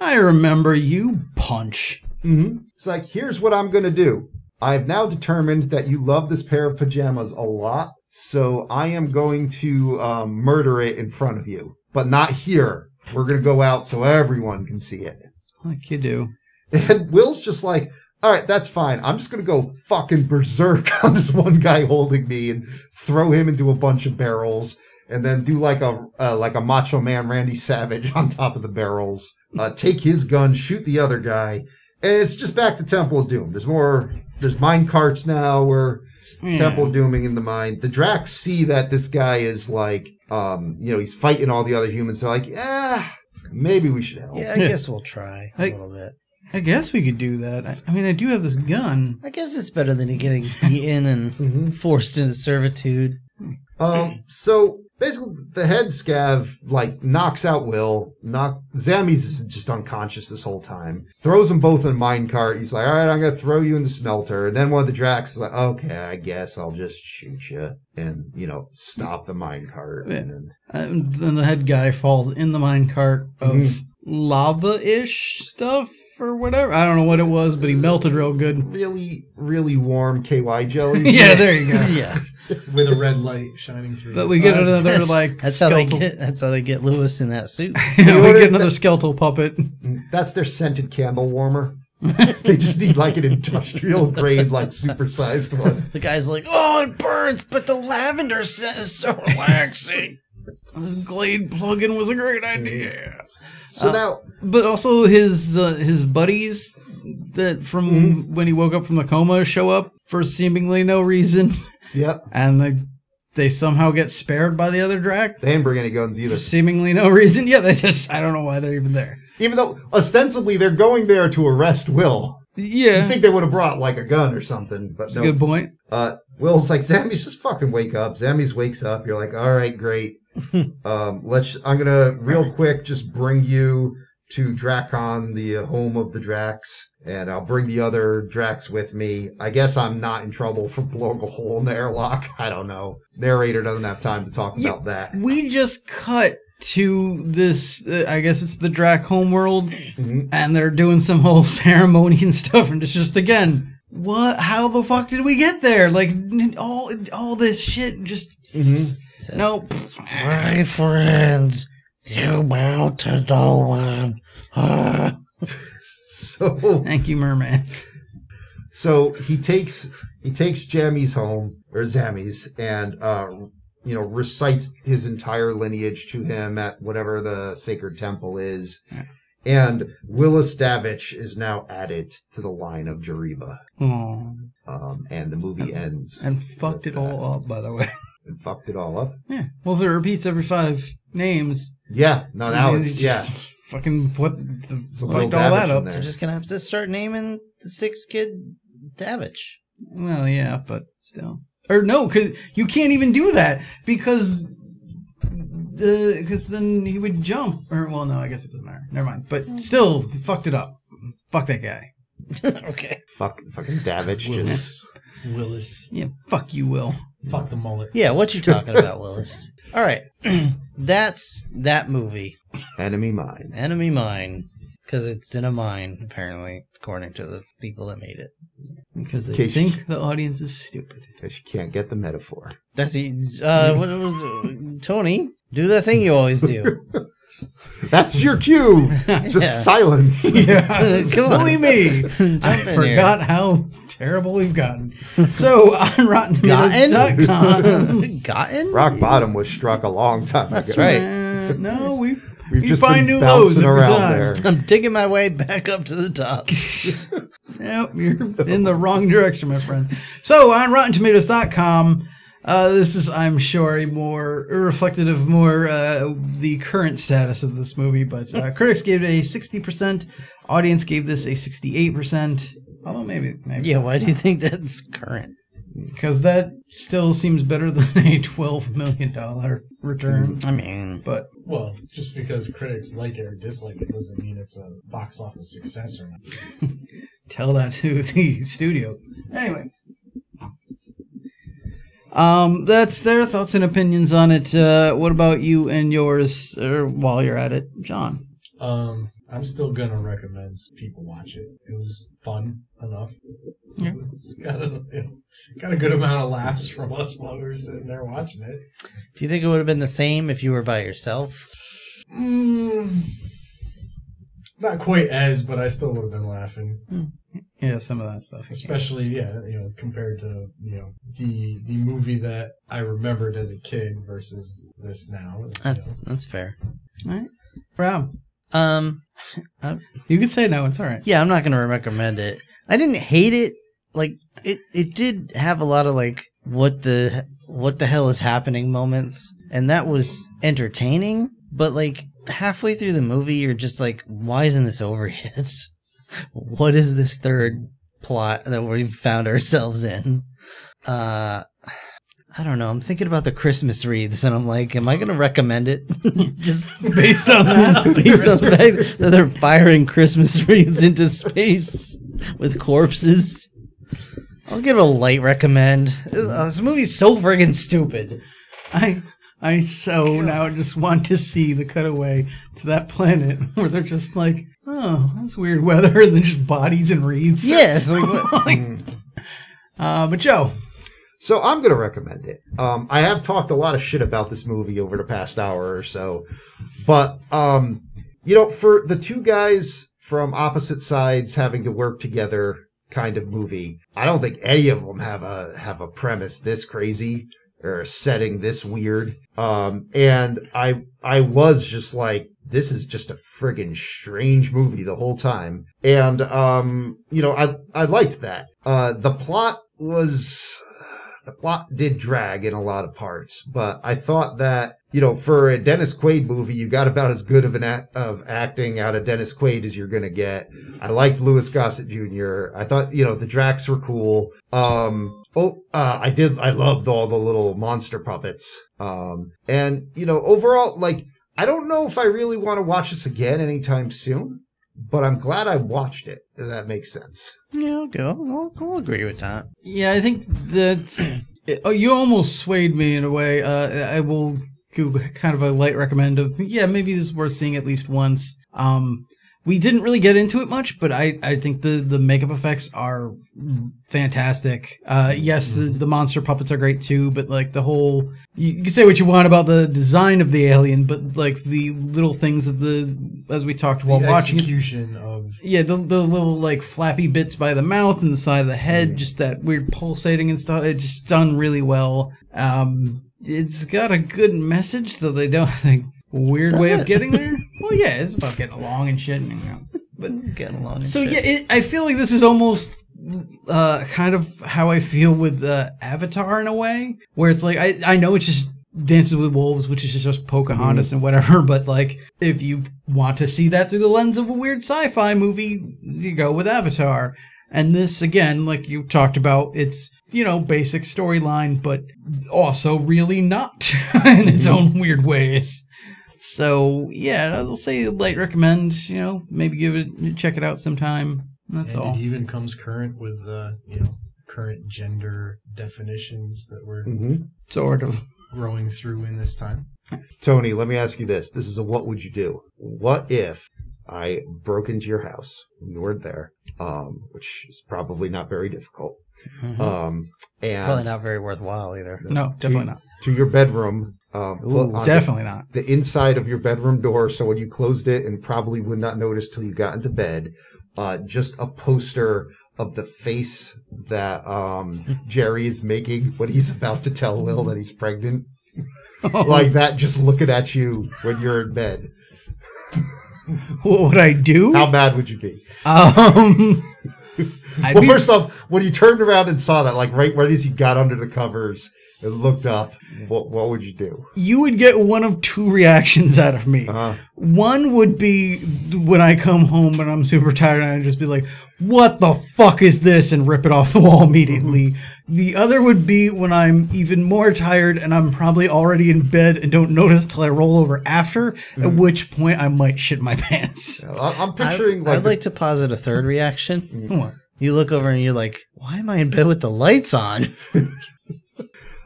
Speaker 4: I remember you punch. mm-hmm.
Speaker 1: Mhm. It's like, here's what I'm gonna do. I've now determined that you love this pair of pajamas a lot, so I am going to um, murder it in front of you, but not here. We're gonna go out so everyone can see it.
Speaker 4: Like you do.
Speaker 1: And Will's just like, all right, that's fine. I'm just going to go fucking berserk on this one guy holding me and throw him into a bunch of barrels. and then do like a uh, like a Macho Man Randy Savage on top of the barrels. Uh, take his gun, shoot the other guy, and it's just back to Temple of Doom. There's more. There's mine carts now. Where
Speaker 4: Yeah.
Speaker 1: Temple of Dooming in the mind. The Drax see that this guy is like, um, you know, he's fighting all the other humans. They're like, yeah, maybe we should help.
Speaker 2: Yeah, I guess we'll try a
Speaker 4: Hey.
Speaker 2: little bit.
Speaker 4: I guess we could do that. I, I mean, I do have this gun.
Speaker 2: I guess it's better than getting beaten and
Speaker 1: Mm-hmm.
Speaker 2: forced into servitude.
Speaker 1: Um, so basically, the head scav like knocks out Will. Knock Zammy's is just unconscious this whole time. Throws them both in a mine cart. He's like, "All right, I'm gonna throw you in the smelter." And then one of the Drax is like, "Okay, I guess I'll just shoot you and you know stop the mine cart." And then,
Speaker 4: uh, And then the head guy falls in the minecart of
Speaker 1: Mhm.
Speaker 4: lava-ish stuff or whatever. I don't know what it was, but he melted real good.
Speaker 1: really, really warm KY jelly.
Speaker 4: yeah, there you go.
Speaker 2: Yeah,
Speaker 5: with a red light shining through.
Speaker 4: But we get
Speaker 2: Uh,
Speaker 4: another
Speaker 2: that's,
Speaker 4: like
Speaker 2: that's how they
Speaker 4: skeletal.
Speaker 2: get that's how they get Lewis in that suit.
Speaker 4: we get another skeletal puppet.
Speaker 1: That's their scented candle warmer. they just need like an industrial grade, like supersized one.
Speaker 2: The guy's like, "Oh, it burns, but the lavender scent is so relaxing."
Speaker 4: This Glade plug-in was a great idea.
Speaker 1: So now,
Speaker 4: But also his uh, his buddies that from when he woke up from the coma show up for seemingly no reason,
Speaker 1: yep,
Speaker 4: and they they somehow get spared by the other Drac
Speaker 1: they didn't bring any guns either.
Speaker 4: for seemingly no reason. Yeah, they just I don't know why they're even there.
Speaker 1: Even though ostensibly they're going there to arrest Will. I
Speaker 4: Yeah,
Speaker 1: think they would have brought like a gun or something, but no.
Speaker 4: good point.
Speaker 1: Uh, Will's like, Zambies, just fucking wake up. Zambies wakes up. You're like, all right, great. um, let's. I'm gonna real quick just bring you to Dracon, the uh, home of the Drax, and I'll bring the other Drax with me. I guess I'm not in trouble for blowing a hole in the airlock. I don't know. Narrator doesn't have time to talk
Speaker 4: Yeah.
Speaker 1: about that.
Speaker 4: We just cut to this. Uh, I guess it's the Drac homeworld,
Speaker 1: Mhm.
Speaker 4: and they're doing some whole ceremony and stuff, and it's just again. What? How the fuck did we get there? Like n- all all this shit just Mm-hmm.
Speaker 2: Says,
Speaker 4: no.
Speaker 2: my friends, you bow to no one. Ah."
Speaker 1: So
Speaker 4: Thank you, Merman.
Speaker 1: So he takes he takes Jammies home or Zammies and uh, you know recites his entire lineage to him at whatever the sacred temple is, and Willis Stavich is now added to the line of Jeriba.
Speaker 4: Oh,
Speaker 1: Um, and the movie ends
Speaker 4: and fucked it all up, by the way.
Speaker 1: and fucked it all up.
Speaker 4: Yeah. Well, if it repeats every five names,
Speaker 1: Yeah, no, now
Speaker 4: I mean,
Speaker 1: it's
Speaker 4: it
Speaker 1: Oh, yeah,
Speaker 4: just Fucking what? The,
Speaker 1: It's a
Speaker 4: fucked
Speaker 1: little
Speaker 4: all that
Speaker 1: damage in
Speaker 4: up.
Speaker 1: there.
Speaker 2: They're just gonna have to start naming the six kid Davich.
Speaker 4: Well, yeah, but still. Or no, because you can't even do that because the because then he would jump. Or well, no, I guess it doesn't matter. Never mind. But still, he fucked it up. Fuck that guy.
Speaker 2: okay.
Speaker 1: fuck, fucking Davich just.
Speaker 5: Willis. Willis.
Speaker 4: Yeah, fuck you, Will.
Speaker 5: Fuck the mullet.
Speaker 2: Yeah, what you talking about, Willis? All right, that's that movie,
Speaker 1: Enemy mine.
Speaker 2: Enemy Mine, because it's in a mine apparently, according to the people that made it.
Speaker 4: Because they
Speaker 1: Case-
Speaker 4: think the audience is stupid.
Speaker 1: Because you can't get the metaphor.
Speaker 2: That's uh, what, what- Tony. Do that thing you always do.
Speaker 1: That's your cue. Just
Speaker 2: Yeah.
Speaker 1: silence.
Speaker 4: Yeah, silly me. I
Speaker 2: in
Speaker 4: forgot how terrible we've gotten. So on RottenTomatoes.com.
Speaker 2: Gotten? Gotten?
Speaker 1: Rock bottom was struck a long time ago.
Speaker 2: That's right.
Speaker 4: Uh, no, we
Speaker 1: We've
Speaker 4: we
Speaker 1: just been
Speaker 4: find new lows
Speaker 1: bouncing
Speaker 4: every
Speaker 1: around
Speaker 4: time.
Speaker 1: there.
Speaker 2: I'm digging my way back up to the top.
Speaker 4: Nope, you're in the wrong direction, my friend. So on RottenTomatoes.com, uh, this is, I'm sure, a more reflective of more uh, the current status of this movie. But uh, critics gave it a 60%, audience gave this a 68%. Although maybe, maybe
Speaker 2: yeah, why do you think that's current?
Speaker 4: because that still seems better than a 12 million dollar return.
Speaker 2: I mean,
Speaker 4: But
Speaker 5: Well, just because critics like it or dislike it doesn't mean it's a box office success or not.
Speaker 4: tell that to the studios. Anyway. Um, that's their thoughts and opinions on it. Uh, what about you and yours, or while you're at it, John?
Speaker 5: Um, I'm still gonna recommend people watch it. It was fun enough.
Speaker 4: Yeah.
Speaker 5: It's got a you know, got a good amount of laughs from us while we were sitting there watching it.
Speaker 2: do you think it would have been the same if you were by yourself?
Speaker 5: Mm, not quite as, but I still would have been laughing.
Speaker 4: Yeah, some of that stuff.
Speaker 5: especially yeah you know compared to you know the the movie that i remembered as a kid versus this now you
Speaker 2: That's
Speaker 5: know.
Speaker 2: that's fair.
Speaker 4: Rob, Uh,
Speaker 2: Um,
Speaker 4: you can say no. It's all right.
Speaker 2: yeah, I'm not gonna recommend it. I didn't hate it. Like it, it did have a lot of like what the what the hell is happening moments, and that was entertaining. But like halfway through the movie, you're just like, why isn't this over yet? what is this third plot that we've found ourselves in? Uh. I don't know. I'm thinking about the Christmas wreaths, and I'm like, am I going to recommend it? just
Speaker 4: Based on that,
Speaker 2: based on the fact that they're firing Christmas wreaths into space with corpses. I'll give it a light recommend. This, uh, this movie's so friggin' stupid.
Speaker 4: I I so now just want to see the cutaway to that planet where they're just like, oh, that's weird weather, and then just bodies and reeds.
Speaker 2: Yeah, it's like, what-
Speaker 4: Uh, but Joe,
Speaker 1: So I'm going to recommend it. Um, I have talked a lot of shit about this movie over the past hour or so, but um, you know, for the two guys from opposite sides having to work together kind of movie, I don't think any of them have a have a premise this crazy or a setting this weird. Um, and I I was just like, this is just a friggin' strange movie the whole time. And um, you know, I I liked that. Uh, the plot was the plot did drag in a lot of parts, but I thought that you know for a Dennis Quaid movie, you got about as good of an act, of acting out of Dennis Quaid as you're gonna get. I liked Louis Gossett Jr. I thought you know the Drax were cool. Um, oh, uh, I did. I loved all the little monster puppets. Um, and you know overall, like I don't know if I really want to watch this again anytime soon, but I'm glad I watched it. If that makes sense.
Speaker 2: yeah, okay, I'll, I'll, I'll agree with that.
Speaker 4: yeah, I think that oh, you almost swayed me in a way. Uh, I will give kind of a light recommend of yeah, maybe this is worth seeing at least once. Um, we didn't really get into it much, but I, I think the, the makeup effects are fantastic. Uh, yes, the, the monster puppets are great too, but like the whole you, you can say what you want about the design of the alien, but like the little things of the as we talked while
Speaker 5: the
Speaker 4: watching it,
Speaker 5: execution of
Speaker 4: yeah, the, the little like flappy bits by the mouth and the side of the head, just that weird pulsating and stuff. It's just done really well. Um, it's got a good message, though they don't like weird way of getting there. well, yeah, it's about getting along and shit. And, you know, but
Speaker 2: Getting along.
Speaker 4: so yeah, it, I feel like this is almost uh, kind of how I feel with uh, Avatar in a way, where it's like I I know it's just Dances with Wolves, which is just Pocahontas and whatever, but like if you want to see that through the lens of a weird sci-fi movie, you go with Avatar. And this again, like you talked about, it's you know basic storyline, but also really not in its
Speaker 1: Mm-hmm.
Speaker 4: own weird ways. So yeah, I'll say light recommend. You know, maybe give it check it out sometime. That's
Speaker 5: and
Speaker 4: all.
Speaker 5: it even comes current with uh you know current gender definitions that we're
Speaker 4: Mm. Sort of.
Speaker 5: growing through in this time
Speaker 1: Tony, let me ask you this. This is a what would you do? What if I broke into your house when you weren't there, um, which is probably not very difficult, um, and
Speaker 2: Mm-hmm. Probably not very worthwhile either.
Speaker 4: No, definitely not.
Speaker 1: to your bedroom, um, put on the-
Speaker 4: definitely not.
Speaker 1: the, inside of your bedroom door, so when you closed it and probably would not notice till you got into bed, uh, just a poster of the face that um, Jerry is making when he's about to tell Lil that he's pregnant.
Speaker 2: Oh.
Speaker 1: like that, just looking at you when you're in bed.
Speaker 4: What would I do?
Speaker 1: How mad would you be?
Speaker 4: Um, I'd
Speaker 1: Well,
Speaker 4: be-
Speaker 1: first off, when you turned around and saw that, like right right as you got under the covers and looked up, what what would you do?
Speaker 4: you would get one of two reactions out of me.
Speaker 1: Uh,
Speaker 4: One would be when I come home and I'm super tired and I just be like, what the fuck is this? And rip it off the wall immediately. The other would be when I'm even more tired and I'm probably already in bed and don't notice till I roll over after, at which point I might shit my pants.
Speaker 1: I- I'm
Speaker 2: I,
Speaker 1: picturing like,
Speaker 2: I'd
Speaker 1: the- Mm.
Speaker 2: like to posit a third reaction.
Speaker 4: What?
Speaker 2: You look over and you're like, why am I in bed with the lights on?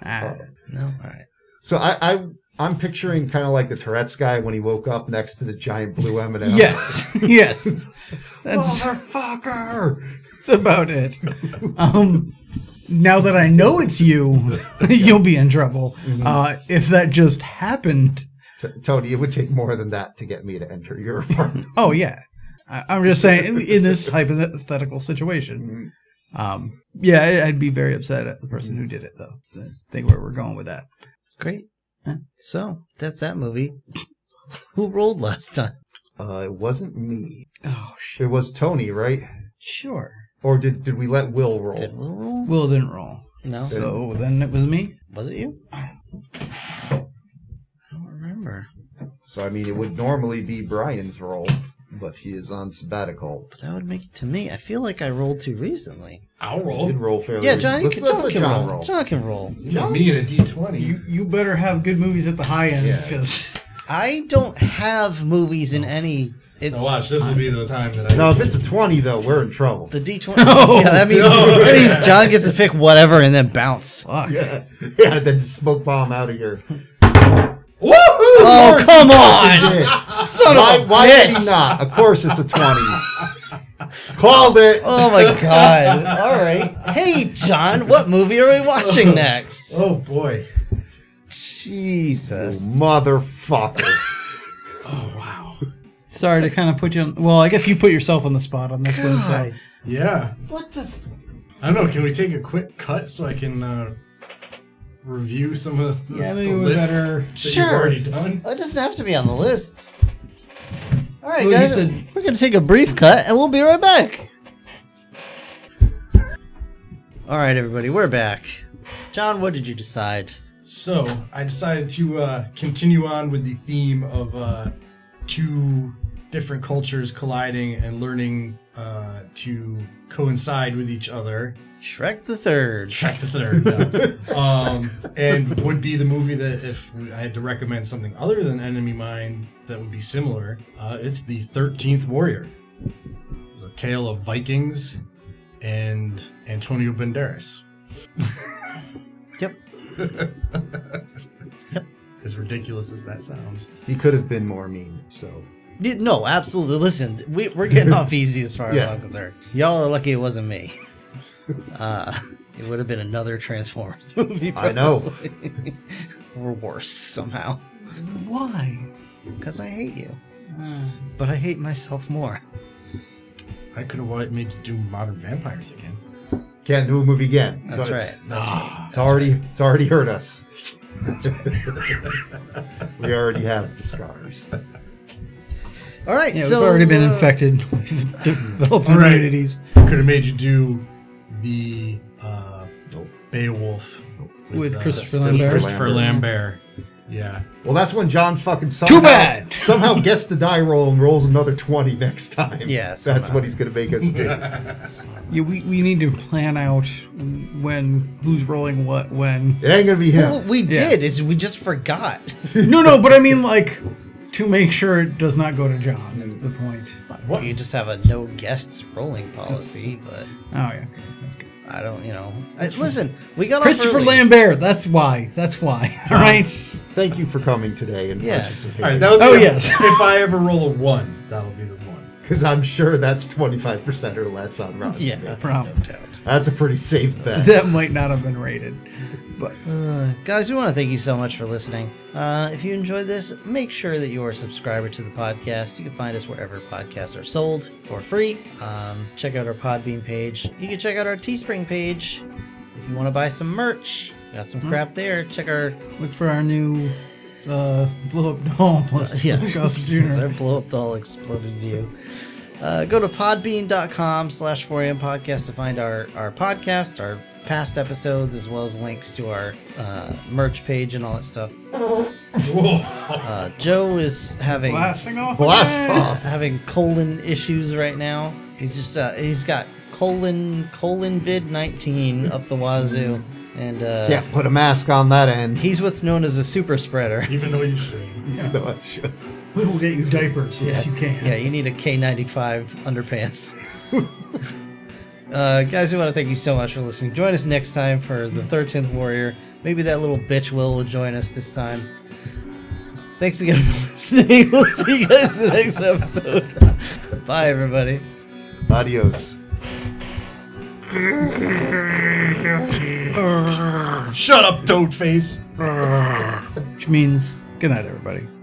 Speaker 4: Ah.
Speaker 2: no, all right.
Speaker 1: so I, I I'm picturing kind of like the Tourette's guy when he woke up next to the giant blue M and m
Speaker 4: Yes, yes. That's
Speaker 1: motherfucker.
Speaker 4: that's about it. Um, now that I know it's you, you'll be in trouble. Uh, if that just happened,
Speaker 1: T- Tony, it would take more than that to get me to enter your apartment.
Speaker 4: oh yeah. I, I'm just saying in, in this hypothetical situation. Um, yeah, I, I'd be very upset at the person who did it, though. I think where we're going with that.
Speaker 2: Great.
Speaker 4: Yeah.
Speaker 2: So that's that movie. Who rolled last time?
Speaker 1: Uh, it wasn't me.
Speaker 4: Oh,
Speaker 1: It
Speaker 4: shit.
Speaker 1: was Tony, right?
Speaker 4: Sure.
Speaker 1: Or did did we let Will roll?
Speaker 2: Did Will roll?
Speaker 4: Will didn't roll.
Speaker 2: No.
Speaker 4: So then it was me.
Speaker 2: Was it you? I don't remember.
Speaker 1: So I mean, it would normally be Brian's roll, but he is on sabbatical.
Speaker 2: But that would make it to me. I feel like I rolled too recently.
Speaker 5: I'll
Speaker 1: He
Speaker 5: roll.
Speaker 1: did roll fairly.
Speaker 2: Yeah, John,
Speaker 1: Let's,
Speaker 2: can,
Speaker 1: let's
Speaker 2: John,
Speaker 1: let
Speaker 2: can
Speaker 1: John
Speaker 2: roll.
Speaker 1: roll.
Speaker 2: John can roll.
Speaker 5: You got me at a D twenty.
Speaker 4: You you better have good movies at the high end
Speaker 1: Yeah.
Speaker 4: because
Speaker 2: I don't have movies in any. It's
Speaker 5: Now watch, this will be the time that I.
Speaker 1: Now, if it's a twenty, though, we're in trouble.
Speaker 2: the D twenty. Yeah, that means that means John gets to pick whatever and then bounce.
Speaker 4: fuck.
Speaker 1: Yeah, yeah. Then smoke bomb out of here.
Speaker 5: Woohoo!
Speaker 2: Oh come on!
Speaker 1: Yeah.
Speaker 2: Son
Speaker 1: why
Speaker 2: of a
Speaker 1: why
Speaker 2: bitch!
Speaker 1: did he not? Of course, it's a twenty. Called it.
Speaker 2: Oh my god! All right. Hey John, what movie are we watching next?
Speaker 5: Oh boy.
Speaker 2: Jesus.
Speaker 1: Oh, Motherfucker.
Speaker 5: Oh wow.
Speaker 4: Sorry to kind of put you on. Well, I guess you put yourself on the spot on this one. So
Speaker 2: God.
Speaker 5: Yeah.
Speaker 2: What the? f-
Speaker 5: I don't know. Can we take a quick cut so I can uh, review some of the,
Speaker 4: Yeah,
Speaker 5: the
Speaker 4: maybe we
Speaker 5: list
Speaker 4: better-
Speaker 5: that
Speaker 2: Sure.
Speaker 5: you've already done?
Speaker 2: It doesn't have to be on the list. All right,
Speaker 4: Well, you
Speaker 2: guys.
Speaker 4: said-
Speaker 2: We're gonna take a brief cut, and we'll be right back. All right, everybody, we're back. John, what did you decide?
Speaker 5: So I decided to uh, continue on with the theme of uh, two different cultures colliding and learning uh, to coincide with each other.
Speaker 2: Shrek the Third.
Speaker 5: Track the third, no. um, and would be the movie that if I had to recommend something other than Enemy Mine that would be similar. Uh, it's the Thirteenth Warrior. It's a tale of Vikings and Antonio Banderas.
Speaker 2: Yep.
Speaker 5: As ridiculous as that sounds.
Speaker 1: He could have been more mean. So
Speaker 2: Y- No, absolutely. Listen, we, we're getting off easy as far as
Speaker 1: Yeah.
Speaker 2: I'm concerned. Y'all are lucky it wasn't me. Uh, it would have been another Transformers movie.
Speaker 1: I know.
Speaker 2: probably. or worse somehow.
Speaker 4: why?
Speaker 2: Because I hate you.
Speaker 4: Uh,
Speaker 2: But I hate myself more.
Speaker 5: I could have made you do modern vampires again.
Speaker 1: can't do a movie again. So
Speaker 2: That's
Speaker 1: it's-
Speaker 2: right. That's
Speaker 1: It's already it's already hurt us. we already have the scars.
Speaker 2: right. All right.
Speaker 4: yeah,
Speaker 2: so
Speaker 4: we've already been
Speaker 2: uh,
Speaker 4: infected. We've developed
Speaker 5: All right.
Speaker 4: immunities
Speaker 5: Could have made you do the uh,
Speaker 1: Nope.
Speaker 5: Beowulf
Speaker 4: with
Speaker 5: uh,
Speaker 4: Christopher
Speaker 1: Sister
Speaker 4: Lambert.
Speaker 5: Christopher Lambert. Yeah.
Speaker 1: Well, that's when John fucking somehow, Too
Speaker 4: bad!
Speaker 1: somehow gets the die roll and rolls another twenty next time.
Speaker 2: Yeah,
Speaker 1: that's
Speaker 2: somehow.
Speaker 1: what he's gonna make us do.
Speaker 4: Yeah, we, we need to plan out when who's rolling what when.
Speaker 1: It ain't gonna be
Speaker 2: well,
Speaker 1: him.
Speaker 2: we
Speaker 4: Yeah.
Speaker 2: did is we just forgot.
Speaker 4: No, no, but I mean like to make sure it does not go to John is the point.
Speaker 5: What?
Speaker 2: You just have a no guests rolling policy, but
Speaker 4: Oh yeah, okay, that's good.
Speaker 2: I don't. You know. I- listen, we got off
Speaker 4: Christopher
Speaker 2: early.
Speaker 4: Lambert. That's why. That's why. All right.
Speaker 1: Thank you for coming today and
Speaker 2: Yeah.
Speaker 1: participating.
Speaker 5: All right, that would be
Speaker 4: Oh,
Speaker 5: a-
Speaker 4: yes.
Speaker 5: if I ever roll a one, that'll be the one.
Speaker 1: because I'm sure that's twenty five percent or less on Rotten.
Speaker 2: Yeah,
Speaker 1: Tomatoes.
Speaker 4: Problem.
Speaker 2: no doubt.
Speaker 1: that's a pretty safe bet.
Speaker 4: That might not have been rated, but
Speaker 2: Uh, guys, we want to thank you so much for listening. Uh, if you enjoyed this, make sure that you are a subscriber to the podcast. You can find us wherever podcasts are sold for free. Um, check out our Podbean page. You can check out our Teespring page if you want to buy some merch. Got some crap there. Check our
Speaker 4: look for our new uh, blow up doll plus
Speaker 2: yeah.
Speaker 4: Ghost
Speaker 2: As I
Speaker 4: Junior.
Speaker 2: blow up doll exploded view. Uh, go to podbean.com slash 4am podcast to find our, our podcast, our past episodes, as well as links to our uh, merch page and all that stuff.
Speaker 5: Whoa.
Speaker 2: Uh, Joe is having
Speaker 4: Blasting off.
Speaker 1: Blast
Speaker 4: again.
Speaker 1: off.
Speaker 2: having colon issues right now. He's just uh, he's got colon colon vid nineteen up the wazoo, and uh,
Speaker 1: Can't put a mask on that end.
Speaker 2: he's what's known as a super spreader.
Speaker 5: Even though you should.
Speaker 1: No, I should.
Speaker 4: We will get you diapers. Yes, you can.
Speaker 2: Yeah, you need a K ninety five underpants. Uh, guys, we want to thank you so much for listening. Join us next time for the 13th Warrior. Maybe that little bitch Will will join us this time. Thanks again for listening. We'll see you guys in the next episode. Bye, everybody.
Speaker 1: Adios.
Speaker 5: Shut up, toad face.
Speaker 4: Which means good night, everybody.